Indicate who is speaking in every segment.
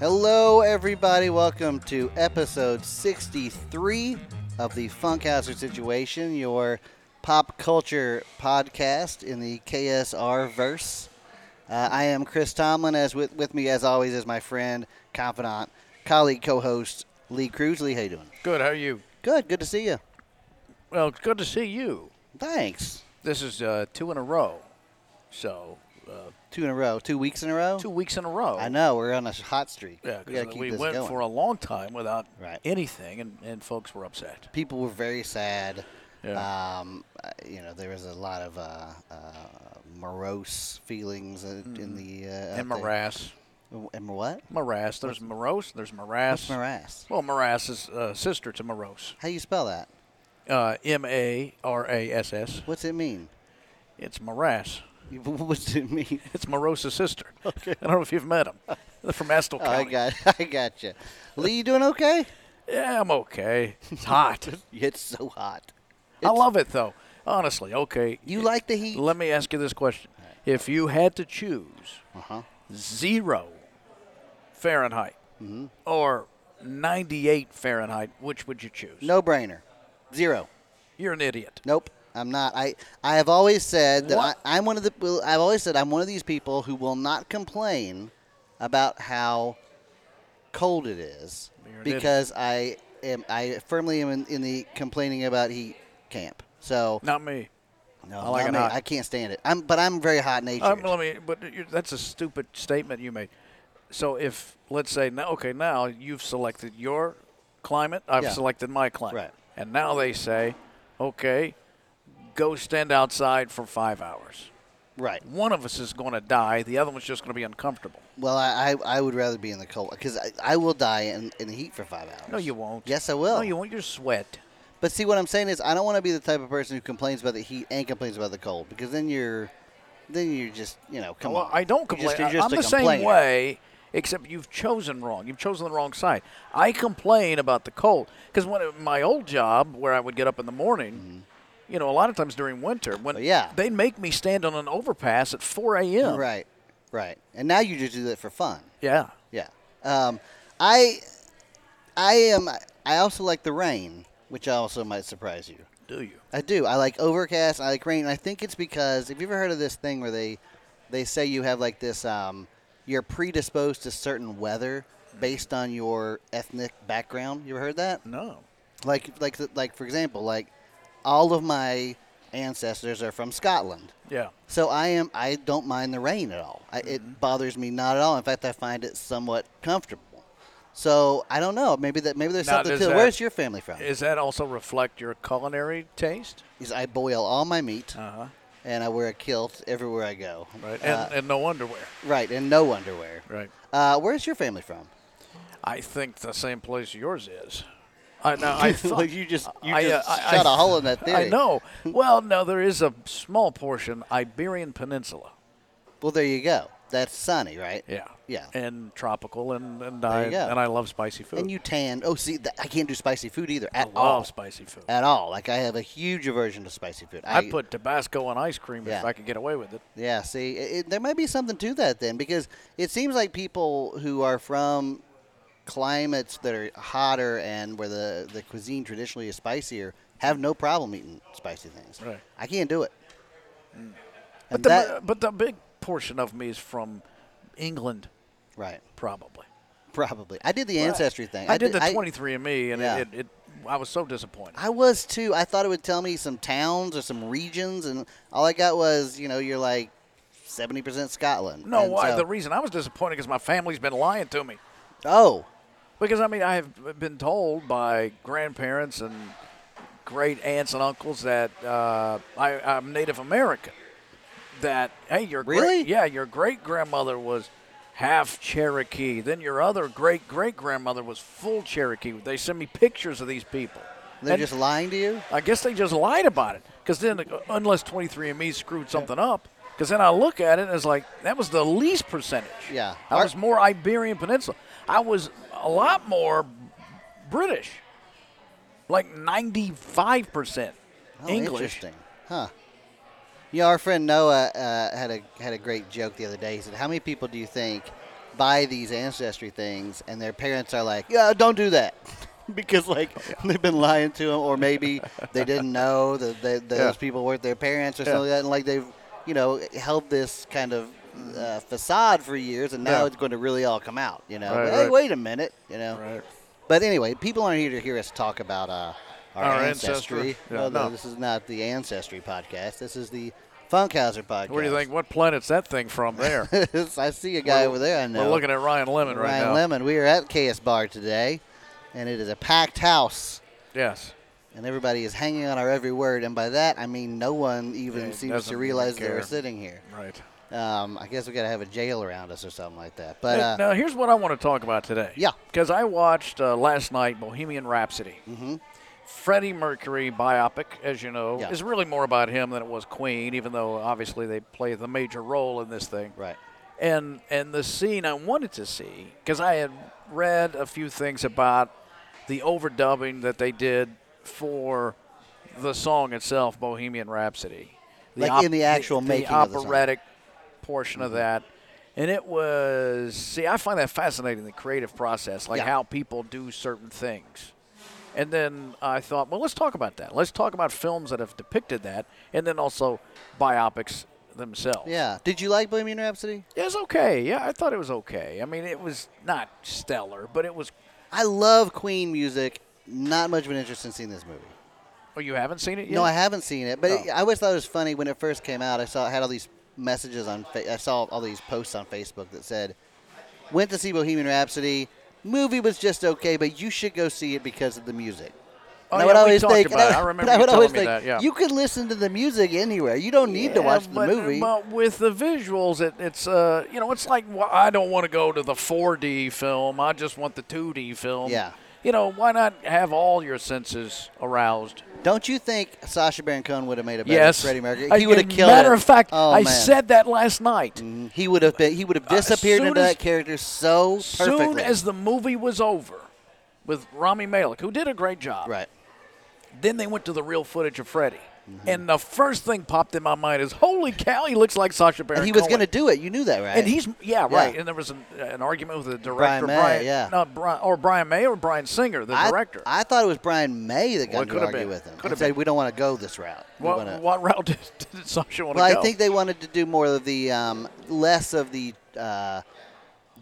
Speaker 1: Hello, everybody. Welcome to episode 63 of the Funkhouser Situation, your pop culture podcast in the KSR verse. Uh, I am Chris Tomlin. As with, with me, as always, is my friend, confidant, colleague, co-host Lee Cruz. Lee, how you doing?
Speaker 2: Good. How are you?
Speaker 1: Good. Good to see you.
Speaker 2: Well, it's good to see you.
Speaker 1: Thanks.
Speaker 2: This is uh, two in a row, so uh,
Speaker 1: Two in a row. Two weeks in a row.
Speaker 2: two weeks in a row.
Speaker 1: I know we're on a hot streak.
Speaker 2: Yeah,
Speaker 1: we gotta
Speaker 2: 'cause
Speaker 1: keep
Speaker 2: we
Speaker 1: this
Speaker 2: went
Speaker 1: going.
Speaker 2: for a long time without
Speaker 1: Right.
Speaker 2: anything, and, and folks were upset.
Speaker 1: people were very sad.
Speaker 2: Yeah.
Speaker 1: Um, uh, you know, there was a lot of uh, uh, morose feelings uh,
Speaker 2: Mm-hmm.
Speaker 1: in the uh,
Speaker 2: and
Speaker 1: out there.
Speaker 2: morass,
Speaker 1: And what?
Speaker 2: morass. There's morose. There's morass.
Speaker 1: What's morass?
Speaker 2: Well, morass is uh, sister to morose.
Speaker 1: How you spell that?
Speaker 2: Uh, M A R A S S.
Speaker 1: What's it mean?
Speaker 2: It's morass.
Speaker 1: You- What's it mean?
Speaker 2: It's morose's sister. Okay. I don't know if you've met him. They're from Estill
Speaker 1: Oh, I
Speaker 2: County.
Speaker 1: got, I got you. Lee, you doing okay?
Speaker 2: yeah, I'm okay. It's hot.
Speaker 1: It's so hot.
Speaker 2: I love it though. Honestly, okay.
Speaker 1: You like the heat?
Speaker 2: Let me ask you this question: If you had to choose
Speaker 1: Uh huh.
Speaker 2: zero Fahrenheit
Speaker 1: Mm-hmm.
Speaker 2: or 98 Fahrenheit, which would you choose?
Speaker 1: No brainer. Zero.
Speaker 2: You're an idiot.
Speaker 1: Nope, I'm not. I I have always said that I,
Speaker 2: What?
Speaker 1: I'm one of the. well, I've always said I'm one of these people who will not complain about how cold it is
Speaker 2: You're an idiot.
Speaker 1: because I am. I firmly am in, in the complaining about heat camp. So
Speaker 2: Not me.
Speaker 1: no,
Speaker 2: I like
Speaker 1: not
Speaker 2: it
Speaker 1: me.
Speaker 2: hot.
Speaker 1: I can't stand it. I'm, but I'm very hot natured.
Speaker 2: Um, let me. But you that's a stupid statement you made. So if let's say now, okay, now you've selected your climate. I've
Speaker 1: Yeah.
Speaker 2: selected my climate.
Speaker 1: Right.
Speaker 2: And now they say, okay, go stand outside for five hours.
Speaker 1: right.
Speaker 2: One of us is going to die. The other one's just going to be uncomfortable.
Speaker 1: Well, I, I I would rather be in the cold because I, I will die in, in the heat for five hours.
Speaker 2: No, you won't.
Speaker 1: Yes, I will.
Speaker 2: No, you won't. You're sweat.
Speaker 1: But see, what I'm saying is, I don't want to be the type of person who complains about the heat and complains about the cold because then you're, then you're just, you know, come
Speaker 2: Well,
Speaker 1: on.
Speaker 2: I don't
Speaker 1: You're
Speaker 2: complain.
Speaker 1: just- you're just
Speaker 2: I'm
Speaker 1: a
Speaker 2: the same
Speaker 1: complainer.
Speaker 2: way, except you've chosen wrong. You've chosen the wrong side. I complain about the cold because when at my old job, where I would get up in the morning, you know, a lot of times during winter, when
Speaker 1: Mm-hmm. Well, yeah.
Speaker 2: they'd make me stand on an overpass at 4 a.m.
Speaker 1: Right, right. And now you just do that for fun.
Speaker 2: Yeah.
Speaker 1: Yeah. Um, I, I am. I also like the rain, which also might surprise you.
Speaker 2: Do you?
Speaker 1: I do. I like overcast. I like rain. And I think it's because have you ever heard of this thing where they, they say you have like this. Um, you're predisposed to certain weather based on your ethnic background. You ever heard that?
Speaker 2: No.
Speaker 1: like like the- like for example like all of my ancestors are from scotland
Speaker 2: Yeah.
Speaker 1: so i am i don't mind the rain at all I,
Speaker 2: Mm-hmm.
Speaker 1: it bothers me not at all in fact i find it somewhat comfortable so i don't know maybe that maybe there's
Speaker 2: Now,
Speaker 1: something
Speaker 2: does
Speaker 1: to
Speaker 2: that-
Speaker 1: where's your family from
Speaker 2: Does that also reflect your culinary taste?
Speaker 1: is i boil all my meat
Speaker 2: Uh huh.
Speaker 1: and i wear a kilt everywhere i go
Speaker 2: Right. And,
Speaker 1: Uh,
Speaker 2: and no underwear.
Speaker 1: right and no underwear
Speaker 2: Right.
Speaker 1: uh, where's your family from
Speaker 2: I think the same place yours is. I now I thought
Speaker 1: Well, you just- you
Speaker 2: I,
Speaker 1: just
Speaker 2: uh, I-
Speaker 1: shot a
Speaker 2: I-
Speaker 1: hole in that theory.
Speaker 2: I know. Well, no, there is a small portion Iberian Peninsula.
Speaker 1: well there you go that's sunny right
Speaker 2: Yeah.
Speaker 1: Yeah.
Speaker 2: And tropical, and and
Speaker 1: you
Speaker 2: I
Speaker 1: go.
Speaker 2: and I love spicy food.
Speaker 1: and you tan oh see that, i can't do spicy food either
Speaker 2: I
Speaker 1: at
Speaker 2: love
Speaker 1: all
Speaker 2: spicy food.
Speaker 1: at all. Like I have a huge aversion to spicy food.
Speaker 2: I, put Tabasco on ice cream
Speaker 1: Yeah.
Speaker 2: if I could get away with it.
Speaker 1: yeah. See, it, it- there might be something to that then, because it seems like people who are from climates that are hotter and where the the cuisine traditionally is spicier have no problem eating spicy things.
Speaker 2: Right.
Speaker 1: I can't do it.
Speaker 2: But
Speaker 1: And
Speaker 2: the
Speaker 1: that
Speaker 2: but the big portion of me is from England,
Speaker 1: right,
Speaker 2: probably.
Speaker 1: probably. I did the ancestry thing.
Speaker 2: I, did the
Speaker 1: I-
Speaker 2: 23andMe, and
Speaker 1: Yeah.
Speaker 2: it, it, it I was so disappointed.
Speaker 1: I was too. I thought it would tell me some towns or some regions, and all I got was, you know, you're like seventy percent Scotland.
Speaker 2: no,
Speaker 1: And
Speaker 2: why?
Speaker 1: so-
Speaker 2: the reason I was disappointed because my family's been lying to me.
Speaker 1: oh,
Speaker 2: Because I mean, I have been told by grandparents and great aunts and uncles that uh, I, I'm Native American. That hey, your
Speaker 1: Really?
Speaker 2: great, yeah, your great grandmother was half Cherokee. Then your other great great grandmother was full Cherokee. They send me pictures of these people.
Speaker 1: They're
Speaker 2: And
Speaker 1: just lying to you?
Speaker 2: I guess they just lied about it. Because then, uh, unless 23andMe screwed something up. Because then I look at it and it's like that was the least percentage.
Speaker 1: Yeah.
Speaker 2: I was more Iberian Peninsula. I was a lot more British, like 95 percent
Speaker 1: Oh,
Speaker 2: English.
Speaker 1: Interesting. Huh. Yeah, our friend Noah uh, had a had a great joke the other day. He said, "How many people do you think buy these ancestry things, and their parents are like, "Yeah, don't do that," because like
Speaker 2: Oh,
Speaker 1: they've been lying to them, or maybe they didn't know that they, those
Speaker 2: Yeah.
Speaker 1: people weren't their parents or
Speaker 2: Yeah.
Speaker 1: something like that, and like they've you know held this kind of uh, facade for years, and now
Speaker 2: Yeah.
Speaker 1: it's going to really all come out. You know,
Speaker 2: Right,
Speaker 1: hey,
Speaker 2: right.
Speaker 1: wait a minute, you know.
Speaker 2: Right.
Speaker 1: But anyway, people aren't here to hear us talk about uh, our,
Speaker 2: Our
Speaker 1: ancestry.
Speaker 2: ancestry. Yeah,
Speaker 1: no,
Speaker 2: no.
Speaker 1: this is not the ancestry podcast. This is the Funkhauser podcast.
Speaker 2: What do you think? What planet's that thing from there?
Speaker 1: I see a guy
Speaker 2: We're-
Speaker 1: over there. I know.
Speaker 2: We're looking at Ryan Lemon right
Speaker 1: Ryan
Speaker 2: now.
Speaker 1: Lemon. We are at KS Bar today, and it is a packed house,
Speaker 2: Yes.
Speaker 1: and everybody is hanging on our every word. And by that, I mean no one even
Speaker 2: Yeah,
Speaker 1: seems
Speaker 2: doesn't
Speaker 1: to
Speaker 2: even
Speaker 1: realize they were
Speaker 2: care.
Speaker 1: sitting here.
Speaker 2: Right.
Speaker 1: Um, I guess we got to have a jail around us or something like that. But
Speaker 2: Now-
Speaker 1: uh,
Speaker 2: now, here's what I want to talk about today.
Speaker 1: Yeah.
Speaker 2: Because I watched uh, last night Bohemian Rhapsody. Mm-hmm. Freddie Mercury biopic, as you know,
Speaker 1: Yeah.
Speaker 2: is really more about him than it was Queen, even though obviously they play the major role in this thing.
Speaker 1: right,
Speaker 2: And and the scene I wanted to see because I had read a few things about the overdubbing that they did for the song itself, Bohemian Rhapsody.
Speaker 1: Like in the actual making of the song. Mm-hmm.
Speaker 2: operatic portion of that. And it was see, I find that fascinating the creative process, like
Speaker 1: Yeah.
Speaker 2: how people do certain things. And then I thought, well, let's talk about that. Let's talk about films that have depicted that, and then also biopics themselves.
Speaker 1: yeah. Did you like Bohemian Rhapsody?
Speaker 2: It was okay. Yeah, I thought it was okay. I mean, it was not stellar, but it was.
Speaker 1: I love Queen music. Not much of an interest in seeing this movie.
Speaker 2: Oh, you haven't seen it yet?
Speaker 1: No, I haven't seen it, but it,
Speaker 2: Oh.
Speaker 1: I always thought it was funny when it first came out. I saw it had all these messages on. Fa- I saw all these posts on Facebook that said, "Went to see Bohemian Rhapsody. Movie was just okay, but you should go see it because of the music." And
Speaker 2: Oh, yeah,
Speaker 1: I would
Speaker 2: we
Speaker 1: always
Speaker 2: talked
Speaker 1: think, and
Speaker 2: about it. I
Speaker 1: would-
Speaker 2: remember
Speaker 1: but I
Speaker 2: you
Speaker 1: would
Speaker 2: telling
Speaker 1: always
Speaker 2: me
Speaker 1: think,
Speaker 2: that, yeah.
Speaker 1: you could listen to the music anywhere. You don't need to
Speaker 2: Yeah,
Speaker 1: watch the
Speaker 2: but, uh,
Speaker 1: movie.
Speaker 2: But with the visuals, it, it's uh, you know, it's like well, I don't want to go to the 4D film. I just want the 2D film.
Speaker 1: Yeah.
Speaker 2: You know, why not have all your senses aroused?
Speaker 1: Don't you think Sasha Baron Cohen would have made a better
Speaker 2: yes.
Speaker 1: Freddie Mercury?
Speaker 2: I-
Speaker 1: He would have
Speaker 2: in
Speaker 1: killed
Speaker 2: Matter
Speaker 1: it.
Speaker 2: of fact,
Speaker 1: Oh,
Speaker 2: I
Speaker 1: man. Mm-hmm.
Speaker 2: said that last night.
Speaker 1: he would have been. He would have disappeared
Speaker 2: Uh, soon
Speaker 1: into
Speaker 2: as-
Speaker 1: that character so perfectly.
Speaker 2: Soon as the movie was over, with Rami Malek, who did a great job.
Speaker 1: right.
Speaker 2: Then they went to the real footage of Freddie. And the first thing popped in my mind is, holy cow, he looks like Sasha Baron
Speaker 1: And he was
Speaker 2: Cohen.
Speaker 1: going to do it. You knew that, right?
Speaker 2: And he's,
Speaker 1: Yeah.
Speaker 2: yeah, right. And there was an, an argument with the director,
Speaker 1: May, yeah.
Speaker 2: no, Brian, or Brian May or Brian Singer, the
Speaker 1: I,
Speaker 2: director.
Speaker 1: I thought it was Brian May that got
Speaker 2: Well, it
Speaker 1: to
Speaker 2: could have
Speaker 1: argue
Speaker 2: been.
Speaker 1: with him.
Speaker 2: Could
Speaker 1: and
Speaker 2: have
Speaker 1: said,
Speaker 2: been.
Speaker 1: we don't want to go this route. We
Speaker 2: what,
Speaker 1: wanna-"
Speaker 2: what route did, did Sasha want
Speaker 1: well,
Speaker 2: to
Speaker 1: I
Speaker 2: go?
Speaker 1: think they wanted to do more of the um, less of the uh,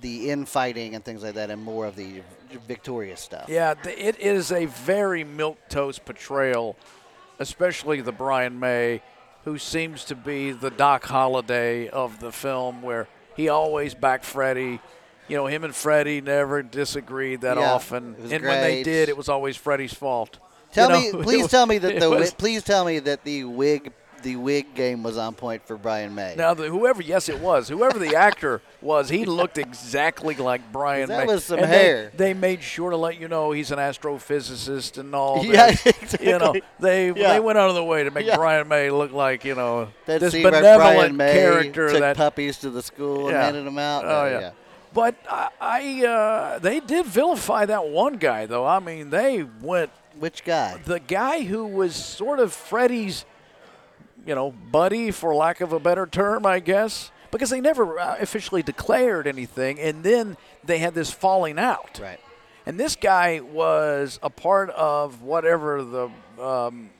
Speaker 1: the infighting and things like that, and more of the victorious stuff.
Speaker 2: Yeah, th- it is a very milk toast portrayal, especially the Brian May, who seems to be the Doc Holliday of the film, where he always backed Freddie. You know, him and Freddie never disagreed that
Speaker 1: Yeah,
Speaker 2: often,
Speaker 1: it was
Speaker 2: and when they
Speaker 1: great.
Speaker 2: did, it was always Freddie's fault.
Speaker 1: Tell
Speaker 2: You
Speaker 1: me,
Speaker 2: know, it
Speaker 1: please
Speaker 2: was-
Speaker 1: tell me that
Speaker 2: it
Speaker 1: the wi-
Speaker 2: was-
Speaker 1: please tell me that the wig the wig game was on point for Brian May.
Speaker 2: Now, the, whoever, yes, it was. Whoever the actor was, he looked exactly like Brian
Speaker 1: That
Speaker 2: May.
Speaker 1: was some
Speaker 2: And
Speaker 1: hair.
Speaker 2: They, they made sure to let you know he's an astrophysicist and all
Speaker 1: Yeah,
Speaker 2: this. You know,
Speaker 1: exactly.
Speaker 2: they
Speaker 1: Yeah.
Speaker 2: they went out of their way to make
Speaker 1: Yeah.
Speaker 2: Brian May look like you know
Speaker 1: that
Speaker 2: this
Speaker 1: scene where
Speaker 2: benevolent
Speaker 1: Brian May
Speaker 2: character
Speaker 1: took
Speaker 2: that.
Speaker 1: puppies to the school
Speaker 2: Yeah.
Speaker 1: and handed them out.
Speaker 2: oh yeah. But I, I uh, they did vilify that one guy though. I mean, they went
Speaker 1: Which guy?
Speaker 2: the guy who was sort of Freddie's, you know, buddy, for lack of a better term, I guess, because they never uh, officially declared anything, and then they had this falling out.
Speaker 1: Right.
Speaker 2: And this guy was a part of whatever the um,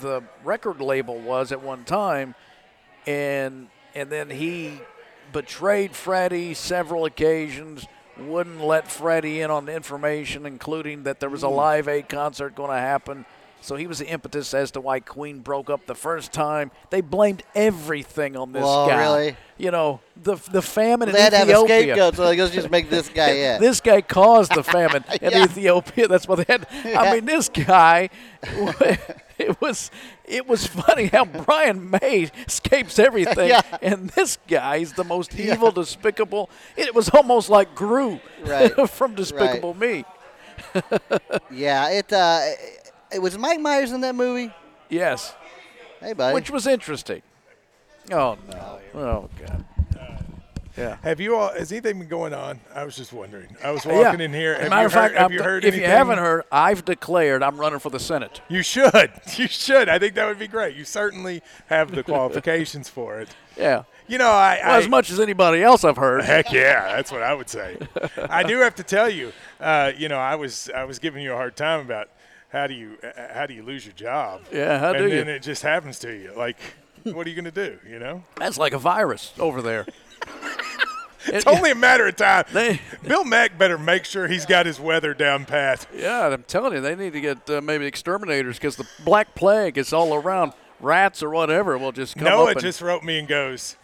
Speaker 2: the record label was at one time, and and then he betrayed Freddie several occasions. Wouldn't let Freddie in on information, including that there was
Speaker 1: Hmm.
Speaker 2: a Live Aid concert going to happen. So he was the impetus as to why Queen broke up the first time. They blamed everything on this
Speaker 1: Whoa,
Speaker 2: guy.
Speaker 1: really?
Speaker 2: You know the the famine
Speaker 1: They had to
Speaker 2: in
Speaker 1: have a
Speaker 2: Ethiopia.
Speaker 1: scapegoat, so like, let's just make this guy it.
Speaker 2: This guy caused the famine in
Speaker 1: Yeah.
Speaker 2: Ethiopia. That's what they had.
Speaker 1: Yeah.
Speaker 2: I mean, this guy. it was it was funny how Brian May escapes everything,
Speaker 1: Yeah.
Speaker 2: and this guy is the most evil, despicable. It was almost like Gru
Speaker 1: Right.
Speaker 2: from Despicable Me.
Speaker 1: Yeah, it uh, it was Mike Myers in that movie.
Speaker 2: Yes,
Speaker 1: Hey, buddy.
Speaker 2: which was interesting. Oh no! Oh god! Yeah.
Speaker 3: Have you all? Has anything been going on? I was just wondering. I was
Speaker 2: Uh, Yeah.
Speaker 3: walking in here.
Speaker 2: As a
Speaker 3: Have
Speaker 2: matter
Speaker 3: you
Speaker 2: of fact,
Speaker 3: heard, have
Speaker 2: I'm-
Speaker 3: you heard?
Speaker 2: if
Speaker 3: anything?
Speaker 2: you haven't heard, I've declared I'm running for the Senate.
Speaker 3: you should. You should. I think that would be great. You certainly have the qualifications for it.
Speaker 2: Yeah.
Speaker 3: You know, I,
Speaker 2: Well,
Speaker 3: I
Speaker 2: as much as anybody else I've heard.
Speaker 3: Heck yeah, that's what I would say. I do have to tell you, uh, you know, I was I was giving you a hard time about how do you uh, how do you lose your job?
Speaker 2: Yeah, how
Speaker 3: and
Speaker 2: do
Speaker 3: then
Speaker 2: you?
Speaker 3: it just happens to you. Like, what are you going to do? You know,
Speaker 2: That's like a virus over there.
Speaker 3: it's only a matter of time.
Speaker 2: They-
Speaker 3: Bill Mack better make sure he's got his weather down pat.
Speaker 2: Yeah, I'm telling you, they need to get uh, maybe exterminators because the black plague is all around. Rats or whatever will just come up.
Speaker 3: Noah
Speaker 2: and-
Speaker 3: just wrote me and goes,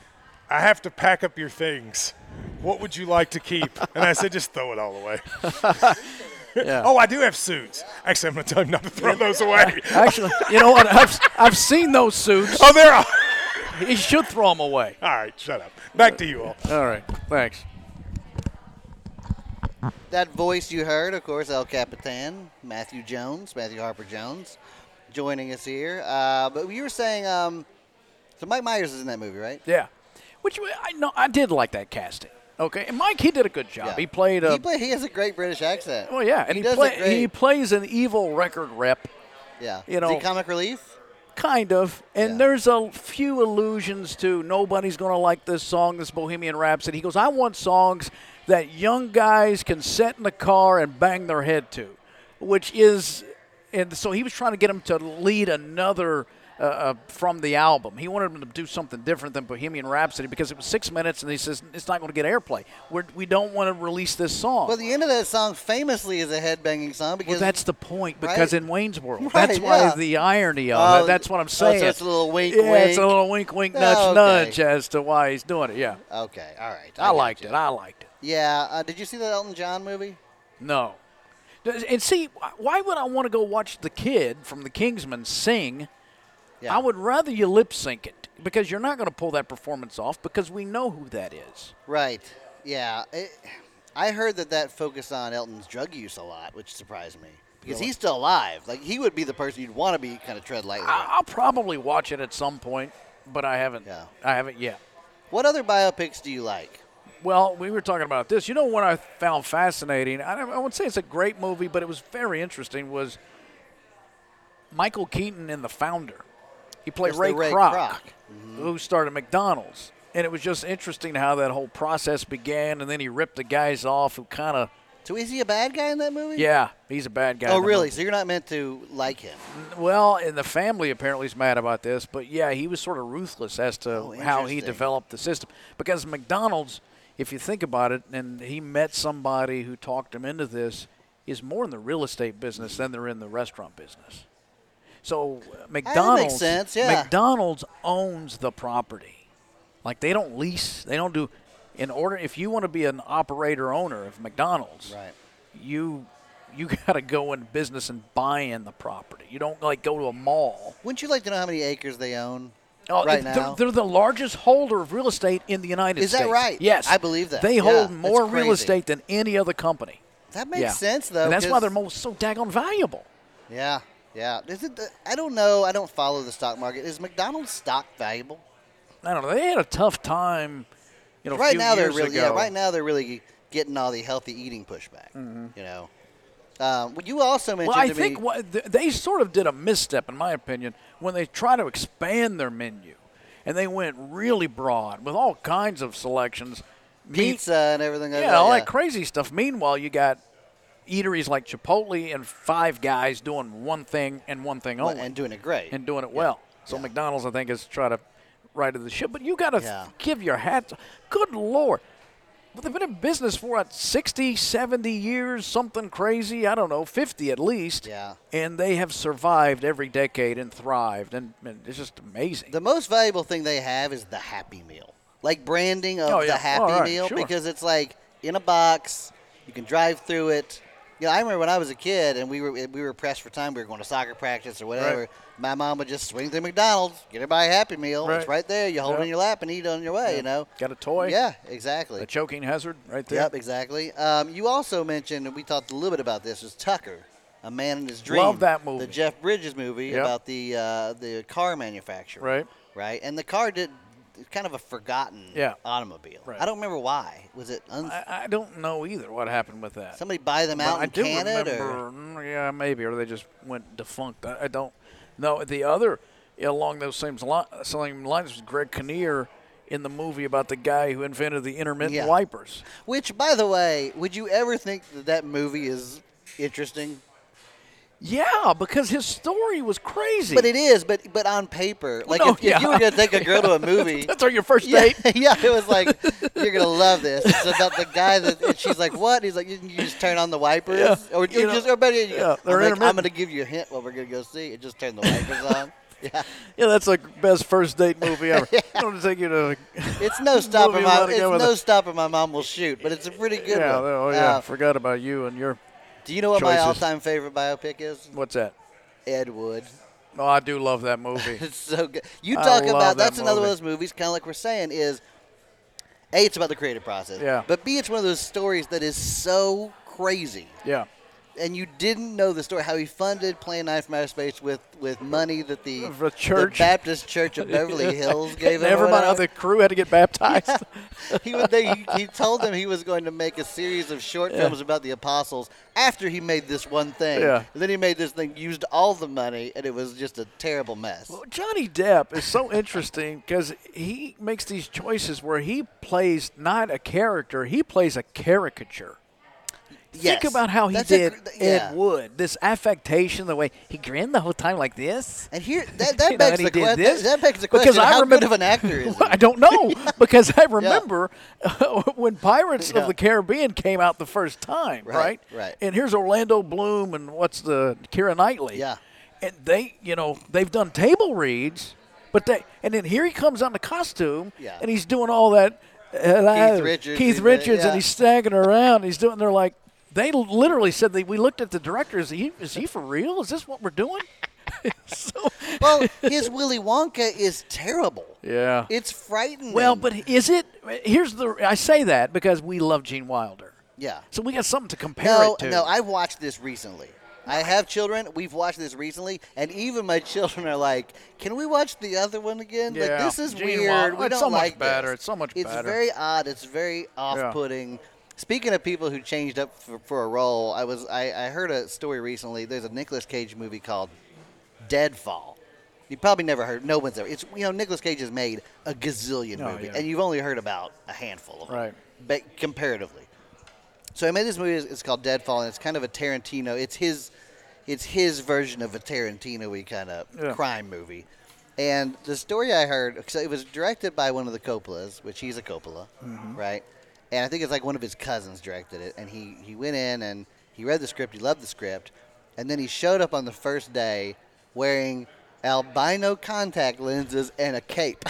Speaker 3: I have to pack up your things. What would you like to keep? And I said, just throw it all away.
Speaker 2: yeah.
Speaker 3: Oh, I do have suits. Actually, I'm going to tell him not to throw those away.
Speaker 2: actually, you know what? I've I've seen those suits.
Speaker 3: Oh, they're all.
Speaker 2: He should throw them away.
Speaker 3: All right, shut up. Back to you all.
Speaker 2: All right, thanks.
Speaker 1: That voice you heard, of course, El Capitan, Matthew Jones, Matthew Harper Jones, joining us here. Uh, but you were saying, um, so Mike Myers is in that movie, right?
Speaker 2: Yeah, which we- I know I did like that casting. Okay, and Mike he did a good job. He played a
Speaker 1: He, play, he has a great British accent.
Speaker 2: well, yeah, and he,
Speaker 1: does a
Speaker 2: play,
Speaker 1: great-
Speaker 2: he plays an evil record rep,
Speaker 1: yeah.
Speaker 2: you
Speaker 1: is
Speaker 2: know-
Speaker 1: he comic relief?
Speaker 2: kind of. And
Speaker 1: Yeah.
Speaker 2: there's a few allusions to nobody's gonna like this song, this Bohemian Rhapsody. He goes, I want songs that young guys can sit in the car and bang their head to, which is, and so he was trying to get him to lead another. Uh, uh, from the album, he wanted him to do something different than Bohemian Rhapsody because it was six minutes, and he says it's not going to get airplay. We're, we don't want to release this song.
Speaker 1: Well, the end of that song famously is a headbanging song because
Speaker 2: Well, that's the point
Speaker 1: Right?
Speaker 2: because in Wayne's World,
Speaker 1: Right,
Speaker 2: that's why
Speaker 1: yeah.
Speaker 2: the irony of
Speaker 1: Oh,
Speaker 2: it. That's what I'm
Speaker 1: oh, so
Speaker 2: saying.
Speaker 1: it's a little wink,
Speaker 2: yeah, it's a
Speaker 1: wink.
Speaker 2: little wink, wink,
Speaker 1: Oh,
Speaker 2: nudge,
Speaker 1: okay.
Speaker 2: nudge as to why he's doing it. Yeah,
Speaker 1: okay. All right,
Speaker 2: I,
Speaker 1: got
Speaker 2: liked
Speaker 1: you.
Speaker 2: it. I liked it.
Speaker 1: Yeah. Uh, did you see that Elton John movie?
Speaker 2: No, Does- and see, wh- why would I want to go watch the kid from The Kingsman sing?
Speaker 1: Yeah.
Speaker 2: I would rather you lip sync it because you're not going to pull that performance off because we know who that is.
Speaker 1: Right. Yeah. It, I heard that that focused on Elton's drug use a lot, which surprised me because he's still alive. Like he would be the person you'd want to be kind of tread lightly.
Speaker 2: I,
Speaker 1: with.
Speaker 2: I'll probably watch it at some point, but I haven't.
Speaker 1: Yeah.
Speaker 2: I haven't yet.
Speaker 1: What other biopics do you like?
Speaker 2: Well, we were talking about this. You know what I found fascinating? I, don't- I wouldn't say it's a great movie, but it was very interesting. Was Michael Keaton in The Founder? He played
Speaker 1: Yes, the
Speaker 2: Ray,
Speaker 1: Ray
Speaker 2: Kroc,
Speaker 1: Kroc. Mm-hmm.
Speaker 2: who started McDonald's, and it was just interesting how that whole process began. And then he ripped the guys off who kind of,
Speaker 1: So is he a bad guy in that movie?
Speaker 2: yeah, he's a bad guy.
Speaker 1: Oh,
Speaker 2: in the
Speaker 1: really? So you're not meant to like him?
Speaker 2: Well, and the family apparently is mad about this, but yeah, he was sort of ruthless as to
Speaker 1: Oh,
Speaker 2: how he
Speaker 1: interesting.
Speaker 2: developed the system. Because McDonald's, if you think about it, and he met somebody who talked him into this, is more in the real estate business than they're in the restaurant business. So uh, McDonald's,
Speaker 1: sense, yeah.
Speaker 2: McDonald's owns the property. Like they don't lease, they don't do. In order, if you want to be an operator owner of McDonald's,
Speaker 1: Right.
Speaker 2: you you got to go in business and buy in the property. You don't like go to a mall.
Speaker 1: Wouldn't you like to know how many acres they own
Speaker 2: Oh,
Speaker 1: right
Speaker 2: they're,
Speaker 1: now?
Speaker 2: they're the largest holder of real estate in the United
Speaker 1: Is that
Speaker 2: States.
Speaker 1: right?
Speaker 2: Yes,
Speaker 1: I believe that.
Speaker 2: They
Speaker 1: Yeah,
Speaker 2: hold
Speaker 1: that's
Speaker 2: more real
Speaker 1: crazy.
Speaker 2: estate than any other company.
Speaker 1: that makes
Speaker 2: Yeah.
Speaker 1: sense, though.
Speaker 2: And that's why
Speaker 1: 'cause-
Speaker 2: they're most so daggone valuable.
Speaker 1: Yeah, yeah. Is it? The, I don't know. I don't follow the stock market. Is McDonald's stock valuable?
Speaker 2: I don't know. They had a tough time. You know, a
Speaker 1: right
Speaker 2: few
Speaker 1: now they're
Speaker 2: years
Speaker 1: really
Speaker 2: ago.
Speaker 1: yeah, right now they're really getting all the healthy eating pushback.
Speaker 2: Mm-hmm.
Speaker 1: You know, um, well, you also mentioned
Speaker 2: Well, I
Speaker 1: to
Speaker 2: think
Speaker 1: me
Speaker 2: what, th- they sort of did a misstep, in my opinion, when they try to expand their menu, and they went really broad with all kinds of selections. Meat-
Speaker 1: pizza and everything. Like
Speaker 2: yeah,
Speaker 1: that,
Speaker 2: all that crazy stuff. Meanwhile, you got eateries like Chipotle and Five Guys doing one thing and one thing
Speaker 1: Well,
Speaker 2: only,
Speaker 1: and doing it great.
Speaker 2: and doing it well. So McDonald's, I think, is trying to right of the ship. But you got to
Speaker 1: Yeah.
Speaker 2: give your hat. Good lord. Well, they've been in business for what, 60, 70 years, something crazy. I don't know, 50 at least.
Speaker 1: Yeah.
Speaker 2: And they have survived every decade and thrived. And, and it's just amazing.
Speaker 1: the most valuable thing they have is the Happy Meal, like branding of
Speaker 2: Oh,
Speaker 1: the
Speaker 2: yeah.
Speaker 1: Happy
Speaker 2: All right,
Speaker 1: Meal,
Speaker 2: sure.
Speaker 1: because it's like in a box. You can drive through it. You know, I remember when I was a kid and we were we were pressed for time. We were going to soccer practice or whatever. My mom would just swing through McDonald's, get everybody a Happy Meal. It's
Speaker 2: Right.
Speaker 1: right there. You hold it
Speaker 2: Yeah.
Speaker 1: in your lap and eat on your way. You know.
Speaker 2: Got a toy?
Speaker 1: Yeah, exactly.
Speaker 2: The choking hazard right there.
Speaker 1: Yep, exactly. Um, you also mentioned, and we talked a little bit about this, was Tucker, A Man in His Dream.
Speaker 2: Love that movie.
Speaker 1: The Jeff Bridges movie
Speaker 2: Yep.
Speaker 1: about the uh, the car manufacturer.
Speaker 2: Right.
Speaker 1: Right. And the car did kind of a forgotten
Speaker 2: Yeah.
Speaker 1: automobile.
Speaker 2: Right.
Speaker 1: I don't remember why. Was it un-
Speaker 2: I, I don't know either what happened with that.
Speaker 1: somebody buy them
Speaker 2: But
Speaker 1: out
Speaker 2: I
Speaker 1: and
Speaker 2: do
Speaker 1: can it or
Speaker 2: remember, mm, yeah, maybe, or they just went defunct. I, I don't know. The other along those same, li- same lines was Greg Kinnear in the movie about the guy who invented the intermittent
Speaker 1: Yeah.
Speaker 2: wipers.
Speaker 1: Which, by the way, would you ever think that that movie is interesting?
Speaker 2: Yeah, because his story was crazy.
Speaker 1: But it is. But but on paper, like
Speaker 2: No,
Speaker 1: if, if
Speaker 2: yeah.
Speaker 1: you were gonna take a girl to a movie,
Speaker 2: That's on your first
Speaker 1: yeah,
Speaker 2: date.
Speaker 1: yeah, it was like you're gonna love this. It's about the guy that and she's like, what? He's like, you, you just turn on the wipers,
Speaker 2: Yeah,
Speaker 1: or you
Speaker 2: you know,
Speaker 1: just or better, yet,
Speaker 2: yeah, they're
Speaker 1: I'm, like, I'm
Speaker 2: intermittent.
Speaker 1: gonna give you a hint what we're gonna go see, and just turn the wipers on. Yeah,
Speaker 2: Yeah, that's like best first date movie ever. I'm gonna take you to.
Speaker 1: it's no stopping
Speaker 2: Movie
Speaker 1: my
Speaker 2: about a
Speaker 1: it's
Speaker 2: guy with
Speaker 1: no
Speaker 2: a-
Speaker 1: stopping my mom will shoot, but it's a pretty good
Speaker 2: yeah,
Speaker 1: one.
Speaker 2: oh yeah,
Speaker 1: Uh,
Speaker 2: forgot about you and your.
Speaker 1: do you know what my
Speaker 2: choices.
Speaker 1: all-time favorite biopic is?
Speaker 2: What's that?
Speaker 1: Ed Wood.
Speaker 2: Oh, I do love that movie.
Speaker 1: It's so good. You
Speaker 2: I
Speaker 1: talk
Speaker 2: love
Speaker 1: about
Speaker 2: that
Speaker 1: that's another one of
Speaker 2: movie.
Speaker 1: those movies, kind of like we're saying, is A, it's about the creative process.
Speaker 2: Yeah.
Speaker 1: But B, it's one of those stories that is so crazy.
Speaker 2: yeah,
Speaker 1: And you didn't know the story, how he funded Plan 9 from Outer Space with, with money that the,
Speaker 2: The church.
Speaker 1: Baptist Church of Beverly Hills gave
Speaker 2: And
Speaker 1: him. or
Speaker 2: everybody
Speaker 1: whatever.
Speaker 2: on Oh, the crew had to get baptized.
Speaker 1: he, would, they, he, he told them he was going to make a series of short
Speaker 2: Yeah.
Speaker 1: films about the apostles after he made this one thing.
Speaker 2: Yeah.
Speaker 1: And then he made this thing, used all the money, and it was just a terrible mess.
Speaker 2: Well, Johnny Depp is so interesting because he makes these choices where he plays not a character, he plays a caricature.
Speaker 1: Yes.
Speaker 2: Think about how he
Speaker 1: That's a
Speaker 2: did
Speaker 1: gr- th- yeah.
Speaker 2: Ed Wood. This affectation, the way he grinned the whole time like this.
Speaker 1: And here that that
Speaker 2: You know,
Speaker 1: begs
Speaker 2: and he
Speaker 1: the
Speaker 2: did
Speaker 1: question.
Speaker 2: this?
Speaker 1: That begs the
Speaker 2: Because
Speaker 1: question:
Speaker 2: I
Speaker 1: How good
Speaker 2: remember-
Speaker 1: of an actor is he?
Speaker 2: I don't know because I remember when Pirates
Speaker 1: Yeah.
Speaker 2: of the Caribbean came out the first time,
Speaker 1: Right,
Speaker 2: right?
Speaker 1: right.
Speaker 2: And here's Orlando Bloom and what's the Kira Knightley.
Speaker 1: Yeah.
Speaker 2: And they, you know, they've done table reads, but they and then here he comes on the costume
Speaker 1: Yeah.
Speaker 2: and he's doing all that hello,
Speaker 1: Keith Richards,
Speaker 2: Keith
Speaker 1: he's-
Speaker 2: Richards,
Speaker 1: yeah.
Speaker 2: and he's staggering around. and he's doing they're like they literally said that we looked at the director. Is he, is he for real? Is this what we're doing? so,
Speaker 1: Well, his Willy Wonka is terrible.
Speaker 2: yeah.
Speaker 1: It's frightening.
Speaker 2: Well, but is it? Here's the. I say that because we love Gene Wilder,
Speaker 1: yeah.
Speaker 2: so we got something to compare
Speaker 1: No,
Speaker 2: it to.
Speaker 1: no. I watched this recently. I have children. We've watched this recently, and even my children are like, "Can we watch the other one again? Like
Speaker 2: Yeah.
Speaker 1: this is
Speaker 2: Gene
Speaker 1: weird.
Speaker 2: Wilder-
Speaker 1: we
Speaker 2: it's
Speaker 1: don't
Speaker 2: so much
Speaker 1: like
Speaker 2: better.
Speaker 1: this."
Speaker 2: It's so much
Speaker 1: It's
Speaker 2: better.
Speaker 1: very odd. It's very off-putting. Speaking of people who changed up for, for a role, I was I, I heard a story recently. There's a Nicolas Cage movie called Deadfall. You probably never heard. No one's ever. It's you know Nicolas Cage has made a gazillion
Speaker 2: Oh,
Speaker 1: movies,
Speaker 2: yeah.
Speaker 1: and you've only heard about a handful of them,
Speaker 2: Right.
Speaker 1: But comparatively, so I made this movie. It's called Deadfall, and it's kind of a Tarantino. It's his, it's his version of a Tarantino-y kind of
Speaker 2: Yeah.
Speaker 1: crime movie. And the story I heard, so it was directed by one of the Coppolas, which he's a Coppola, right? And I think it's like one of his cousins directed it. And he he went in and he read the script. He loved the script, and then he showed up on the first day wearing albino contact lenses and a cape.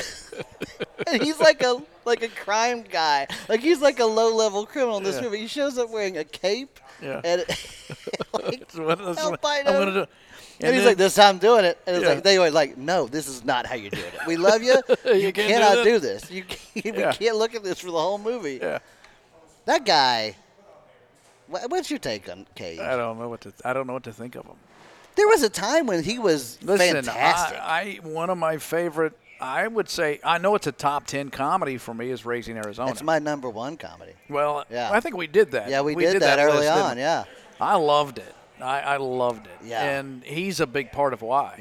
Speaker 1: and he's like a like a crime guy. Like he's like a low level criminal in this
Speaker 2: Yeah.
Speaker 1: movie. He shows up wearing a cape.
Speaker 2: Yeah.
Speaker 1: And, like,
Speaker 2: That's what- that's what I'm
Speaker 1: Albino.
Speaker 2: gonna do.
Speaker 1: and, he's like,
Speaker 2: then-
Speaker 1: "This is how I'm doing it." And it's
Speaker 2: Yeah.
Speaker 1: like they were like, "No, this is not how you're doing it. We love you. you,
Speaker 2: You can't do
Speaker 1: cannot
Speaker 2: that.
Speaker 1: do, this. You can't, we
Speaker 2: Yeah.
Speaker 1: can't look at this for the whole movie."
Speaker 2: yeah.
Speaker 1: That guy. wha- What's your take on Cage?
Speaker 2: I don't know what to. I don't know what to think of him.
Speaker 1: There was a time when he was
Speaker 2: Listen,
Speaker 1: fantastic.
Speaker 2: I, I one of my favorite. I would say I know it's a top ten comedy for me is Raising Arizona.
Speaker 1: That's my number one comedy.
Speaker 2: well,
Speaker 1: yeah.
Speaker 2: I think we did that.
Speaker 1: Yeah, we, did, that, early
Speaker 2: list, didn't
Speaker 1: on.
Speaker 2: we?
Speaker 1: Yeah,
Speaker 2: I loved it. I, I loved it.
Speaker 1: Yeah. Mm-hmm.
Speaker 2: and he's a big part of why.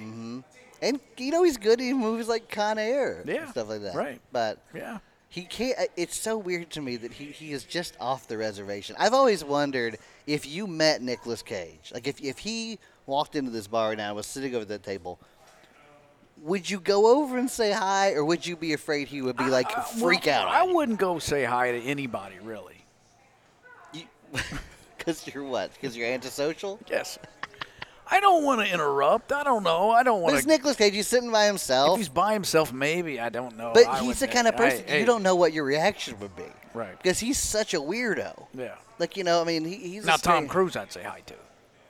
Speaker 1: and you know he's good in movies like Con Air and
Speaker 2: Yeah,
Speaker 1: stuff like that.
Speaker 2: right.
Speaker 1: but
Speaker 2: Yeah,
Speaker 1: He can't. uh, It's so weird to me that he, he is just off the reservation. I've always wondered if you met Nicolas Cage, like if, if he walked into this bar now and was sitting over the table, would you go over and say hi, or would you be afraid he would be like
Speaker 2: Uh,
Speaker 1: freak
Speaker 2: well,
Speaker 1: out?
Speaker 2: I wouldn't go say hi to anybody really.
Speaker 1: because you're what? Because you're antisocial.
Speaker 2: Yes. I don't want to interrupt. I don't know. I don't
Speaker 1: But
Speaker 2: want
Speaker 1: it's
Speaker 2: to.
Speaker 1: Nicolas Cage. He's sitting by
Speaker 2: If
Speaker 1: himself.
Speaker 2: he's by himself, maybe I don't know.
Speaker 1: But
Speaker 2: I
Speaker 1: he's
Speaker 2: would
Speaker 1: the
Speaker 2: think,
Speaker 1: kind of person
Speaker 2: hey, hey,
Speaker 1: you don't know what your reaction would be,
Speaker 2: Right.
Speaker 1: Because he's such a weirdo.
Speaker 2: Yeah.
Speaker 1: Like you know, I mean, he, he's a
Speaker 2: Now Tom
Speaker 1: strange-
Speaker 2: Cruise, I'd say hi to.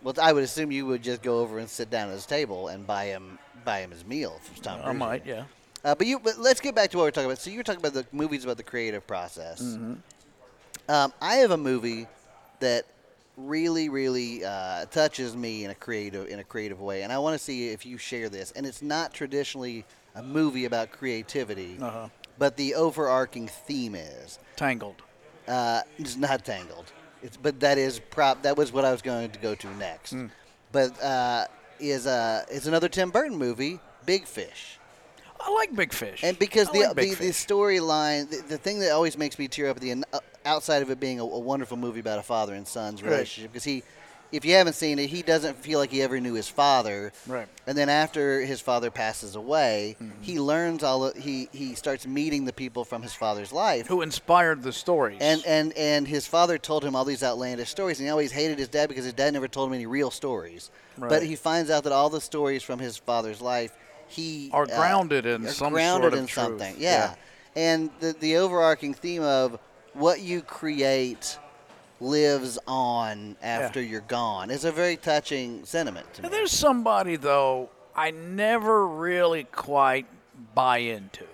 Speaker 1: Well, I would assume you would just go over and sit down at his table and buy him buy him his meal from Tom
Speaker 2: I
Speaker 1: Cruise.
Speaker 2: might. Yeah.
Speaker 1: Uh, but you, but let's get back to what we're talking about. So you were talking about the movies about the creative process.
Speaker 2: Mm-hmm.
Speaker 1: Um, I have a movie that really, really uh, touches me in a creative in a creative way, and I want to see if you share this. And it's not traditionally a movie about creativity,
Speaker 2: Uh-huh.
Speaker 1: but the overarching theme is
Speaker 2: Tangled.
Speaker 1: uh, it's not Tangled. It's but that is prop. That was what I was going to go to next.
Speaker 2: Hmm.
Speaker 1: But uh, is uh, is another Tim Burton movie, Big Fish,
Speaker 2: I like big fish.
Speaker 1: and because
Speaker 2: I
Speaker 1: the
Speaker 2: like big
Speaker 1: the, the
Speaker 2: fish.
Speaker 1: storyline, the, the thing that always makes me tear up, the uh, outside of it being a, a wonderful movie about a father and son's
Speaker 2: Right.
Speaker 1: relationship, because he. If you haven't seen it, he doesn't feel like he ever knew his father.
Speaker 2: Right. Hmm.
Speaker 1: And then after his father passes away, he learns all. Of, he he starts meeting the people from his father's life.
Speaker 2: who inspired the stories.
Speaker 1: And and and his father told him all these outlandish stories, and he always hated his dad because his dad never told him any real stories. But
Speaker 2: Right.
Speaker 1: he finds out that all the stories from his father's life he
Speaker 2: Are
Speaker 1: uh,
Speaker 2: grounded in
Speaker 1: are
Speaker 2: some
Speaker 1: grounded
Speaker 2: sort of
Speaker 1: in
Speaker 2: truth.
Speaker 1: something.
Speaker 2: Yeah.
Speaker 1: Yeah. and the the overarching theme of what you create lives on after you're gone is a very touching sentiment to
Speaker 2: And
Speaker 1: me.
Speaker 2: there's somebody though I never really quite buy into.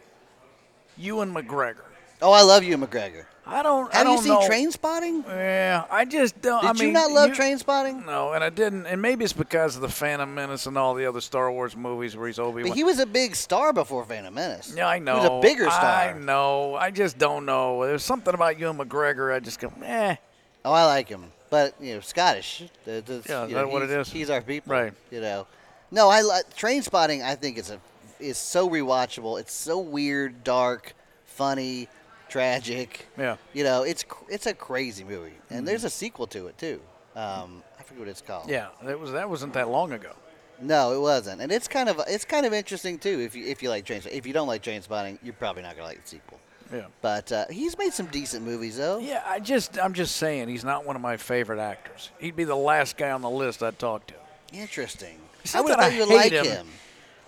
Speaker 2: Ewan McGregor.
Speaker 1: Oh, I love you, McGregor.
Speaker 2: I don't. I
Speaker 1: Have
Speaker 2: don't
Speaker 1: you seen
Speaker 2: know.
Speaker 1: Train Spotting? Did
Speaker 2: Yeah, I just don't. I mean,
Speaker 1: you not love
Speaker 2: you-
Speaker 1: Train Spotting?
Speaker 2: No, and I didn't. And maybe it's because of the Phantom Menace and all the other Star Wars movies where he's Obi
Speaker 1: But
Speaker 2: Wan.
Speaker 1: he was a big star before Phantom Menace.
Speaker 2: Yeah, I know.
Speaker 1: He was a bigger star.
Speaker 2: I know. I just don't know. There's something about Ewan McGregor. I just go, eh.
Speaker 1: Oh, I like him, but you know, Scottish. The- the-
Speaker 2: Yeah,
Speaker 1: you
Speaker 2: that
Speaker 1: know,
Speaker 2: what it
Speaker 1: he's-
Speaker 2: is?
Speaker 1: He's our people,
Speaker 2: Right.
Speaker 1: You know, no, I like Train Spotting. I think it's a is so rewatchable. It's so weird, dark, funny, tragic.
Speaker 2: Yeah. Mm-hmm.
Speaker 1: you know, it's cr- it's a crazy movie, and there's a sequel to it too. Um, I forget what it's called.
Speaker 2: Yeah, that was that wasn't that long ago.
Speaker 1: No, it wasn't, and it's kind of it's kind of interesting too. If you if you like Train if you don't like Train Spotting, you're probably not gonna like the sequel.
Speaker 2: Yeah.
Speaker 1: But uh, he's made some decent movies though.
Speaker 2: Yeah, I just I'm just saying he's not one of my favorite actors. He'd be the last guy on the list I'd talk to.
Speaker 1: Interesting.
Speaker 2: It's
Speaker 1: I
Speaker 2: not
Speaker 1: would have
Speaker 2: that I
Speaker 1: thought you would
Speaker 2: hate
Speaker 1: like
Speaker 2: him.
Speaker 1: him.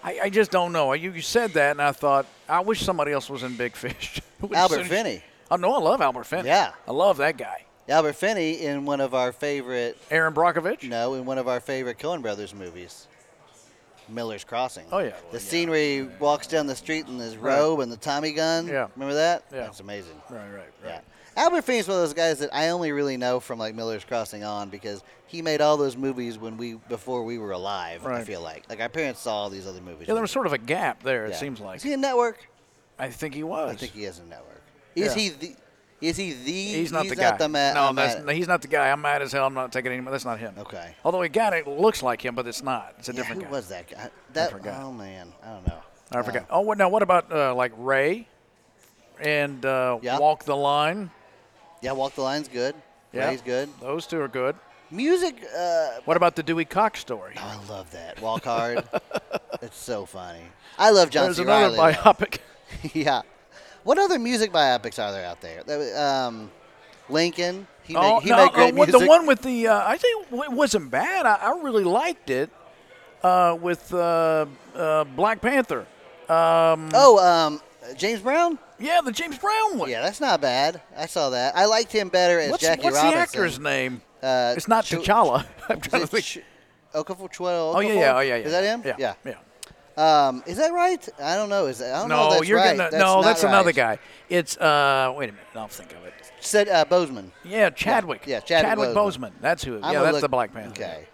Speaker 2: I, I just don't know. You, you said that, and I thought I wish somebody else was in Big Fish. As
Speaker 1: Albert
Speaker 2: soon as-
Speaker 1: Finney.
Speaker 2: Oh no, I love Albert Finney.
Speaker 1: Yeah.
Speaker 2: I love that guy.
Speaker 1: Albert Finney in one of our favorite,
Speaker 2: Aaron Brockovich.
Speaker 1: no, in one of our favorite Coen Brothers movies, Miller's Crossing.
Speaker 2: Oh, yeah.
Speaker 1: the
Speaker 2: Well,
Speaker 1: scene where he walks down the street in his
Speaker 2: Right.
Speaker 1: robe and the Tommy gun.
Speaker 2: Yeah.
Speaker 1: remember that?
Speaker 2: Yeah.
Speaker 1: that's amazing.
Speaker 2: Right, right,
Speaker 1: Yeah.
Speaker 2: right.
Speaker 1: Albert Finney's one of those guys that I only really know from like Miller's Crossing on because he made all those movies when we before we were alive. I
Speaker 2: Right.
Speaker 1: feel like like our parents saw all these other movies.
Speaker 2: Yeah,
Speaker 1: with
Speaker 2: there was sort of a gap there.
Speaker 1: him.
Speaker 2: It
Speaker 1: Yeah.
Speaker 2: seems like.
Speaker 1: is he a network?
Speaker 2: I think he was.
Speaker 1: I think he is a network. Is
Speaker 2: Yeah.
Speaker 1: he the? Is he the?
Speaker 2: He's not the guy.
Speaker 1: Not the ma-
Speaker 2: no,
Speaker 1: I'm
Speaker 2: that's,
Speaker 1: mad-
Speaker 2: no, he's not the guy. I'm mad as hell. I'm not taking any. That's not him.
Speaker 1: Okay.
Speaker 2: Although he got it, looks like him, but it's not. It's a
Speaker 1: Yeah,
Speaker 2: different
Speaker 1: who
Speaker 2: guy.
Speaker 1: was that guy? That
Speaker 2: forgot.
Speaker 1: oh man, I don't know.
Speaker 2: I forgot. Oh, what, now what about uh, like Ray and uh,
Speaker 1: Yeah.
Speaker 2: Walk the Line?
Speaker 1: Yeah, Walk the Line's good. Yeah, he's good.
Speaker 2: Those two are good.
Speaker 1: Music, uh,
Speaker 2: What about the Dewey Cox story?
Speaker 1: I love that. Walk Hard. it's so funny. I love John
Speaker 2: There's
Speaker 1: C.
Speaker 2: another
Speaker 1: Riley.
Speaker 2: biopic.
Speaker 1: yeah. What other music biopics are there out there? That was, Um, Lincoln. He made,
Speaker 2: oh
Speaker 1: he
Speaker 2: no,
Speaker 1: made
Speaker 2: uh,
Speaker 1: great
Speaker 2: what-
Speaker 1: music.
Speaker 2: the one with the uh, I think w- it wasn't bad. I, I really liked it uh, with uh, uh, Black Panther.
Speaker 1: oh, um, James Brown.
Speaker 2: Yeah, the James Brown one.
Speaker 1: Yeah, that's not bad. I saw that. I liked him better as
Speaker 2: what's
Speaker 1: Jackie
Speaker 2: what's
Speaker 1: Robinson.
Speaker 2: the actor's name?
Speaker 1: Uh,
Speaker 2: it's not
Speaker 1: Ch-
Speaker 2: T'Challa. I'm trying to
Speaker 1: Is it
Speaker 2: think.
Speaker 1: Ch- Okafor, Chweto
Speaker 2: oh yeah,
Speaker 1: Okafor?
Speaker 2: yeah, oh yeah, yeah.
Speaker 1: Is that him?
Speaker 2: Yeah, yeah.
Speaker 1: Um, is that right? I don't know. Is that, I don't know.
Speaker 2: No,
Speaker 1: if Oh, that's
Speaker 2: you're
Speaker 1: right.
Speaker 2: gonna
Speaker 1: That's
Speaker 2: no.
Speaker 1: not
Speaker 2: That's another
Speaker 1: right.
Speaker 2: guy. It's uh. Wait a minute. I'll think of it.
Speaker 1: Said uh, Bozeman.
Speaker 2: Yeah, Chadwick.
Speaker 1: yeah, Chadwick
Speaker 2: Boseman. That's who.
Speaker 1: I'm
Speaker 2: yeah,
Speaker 1: gonna
Speaker 2: that's
Speaker 1: look-
Speaker 2: the Black Panther.
Speaker 1: Okay.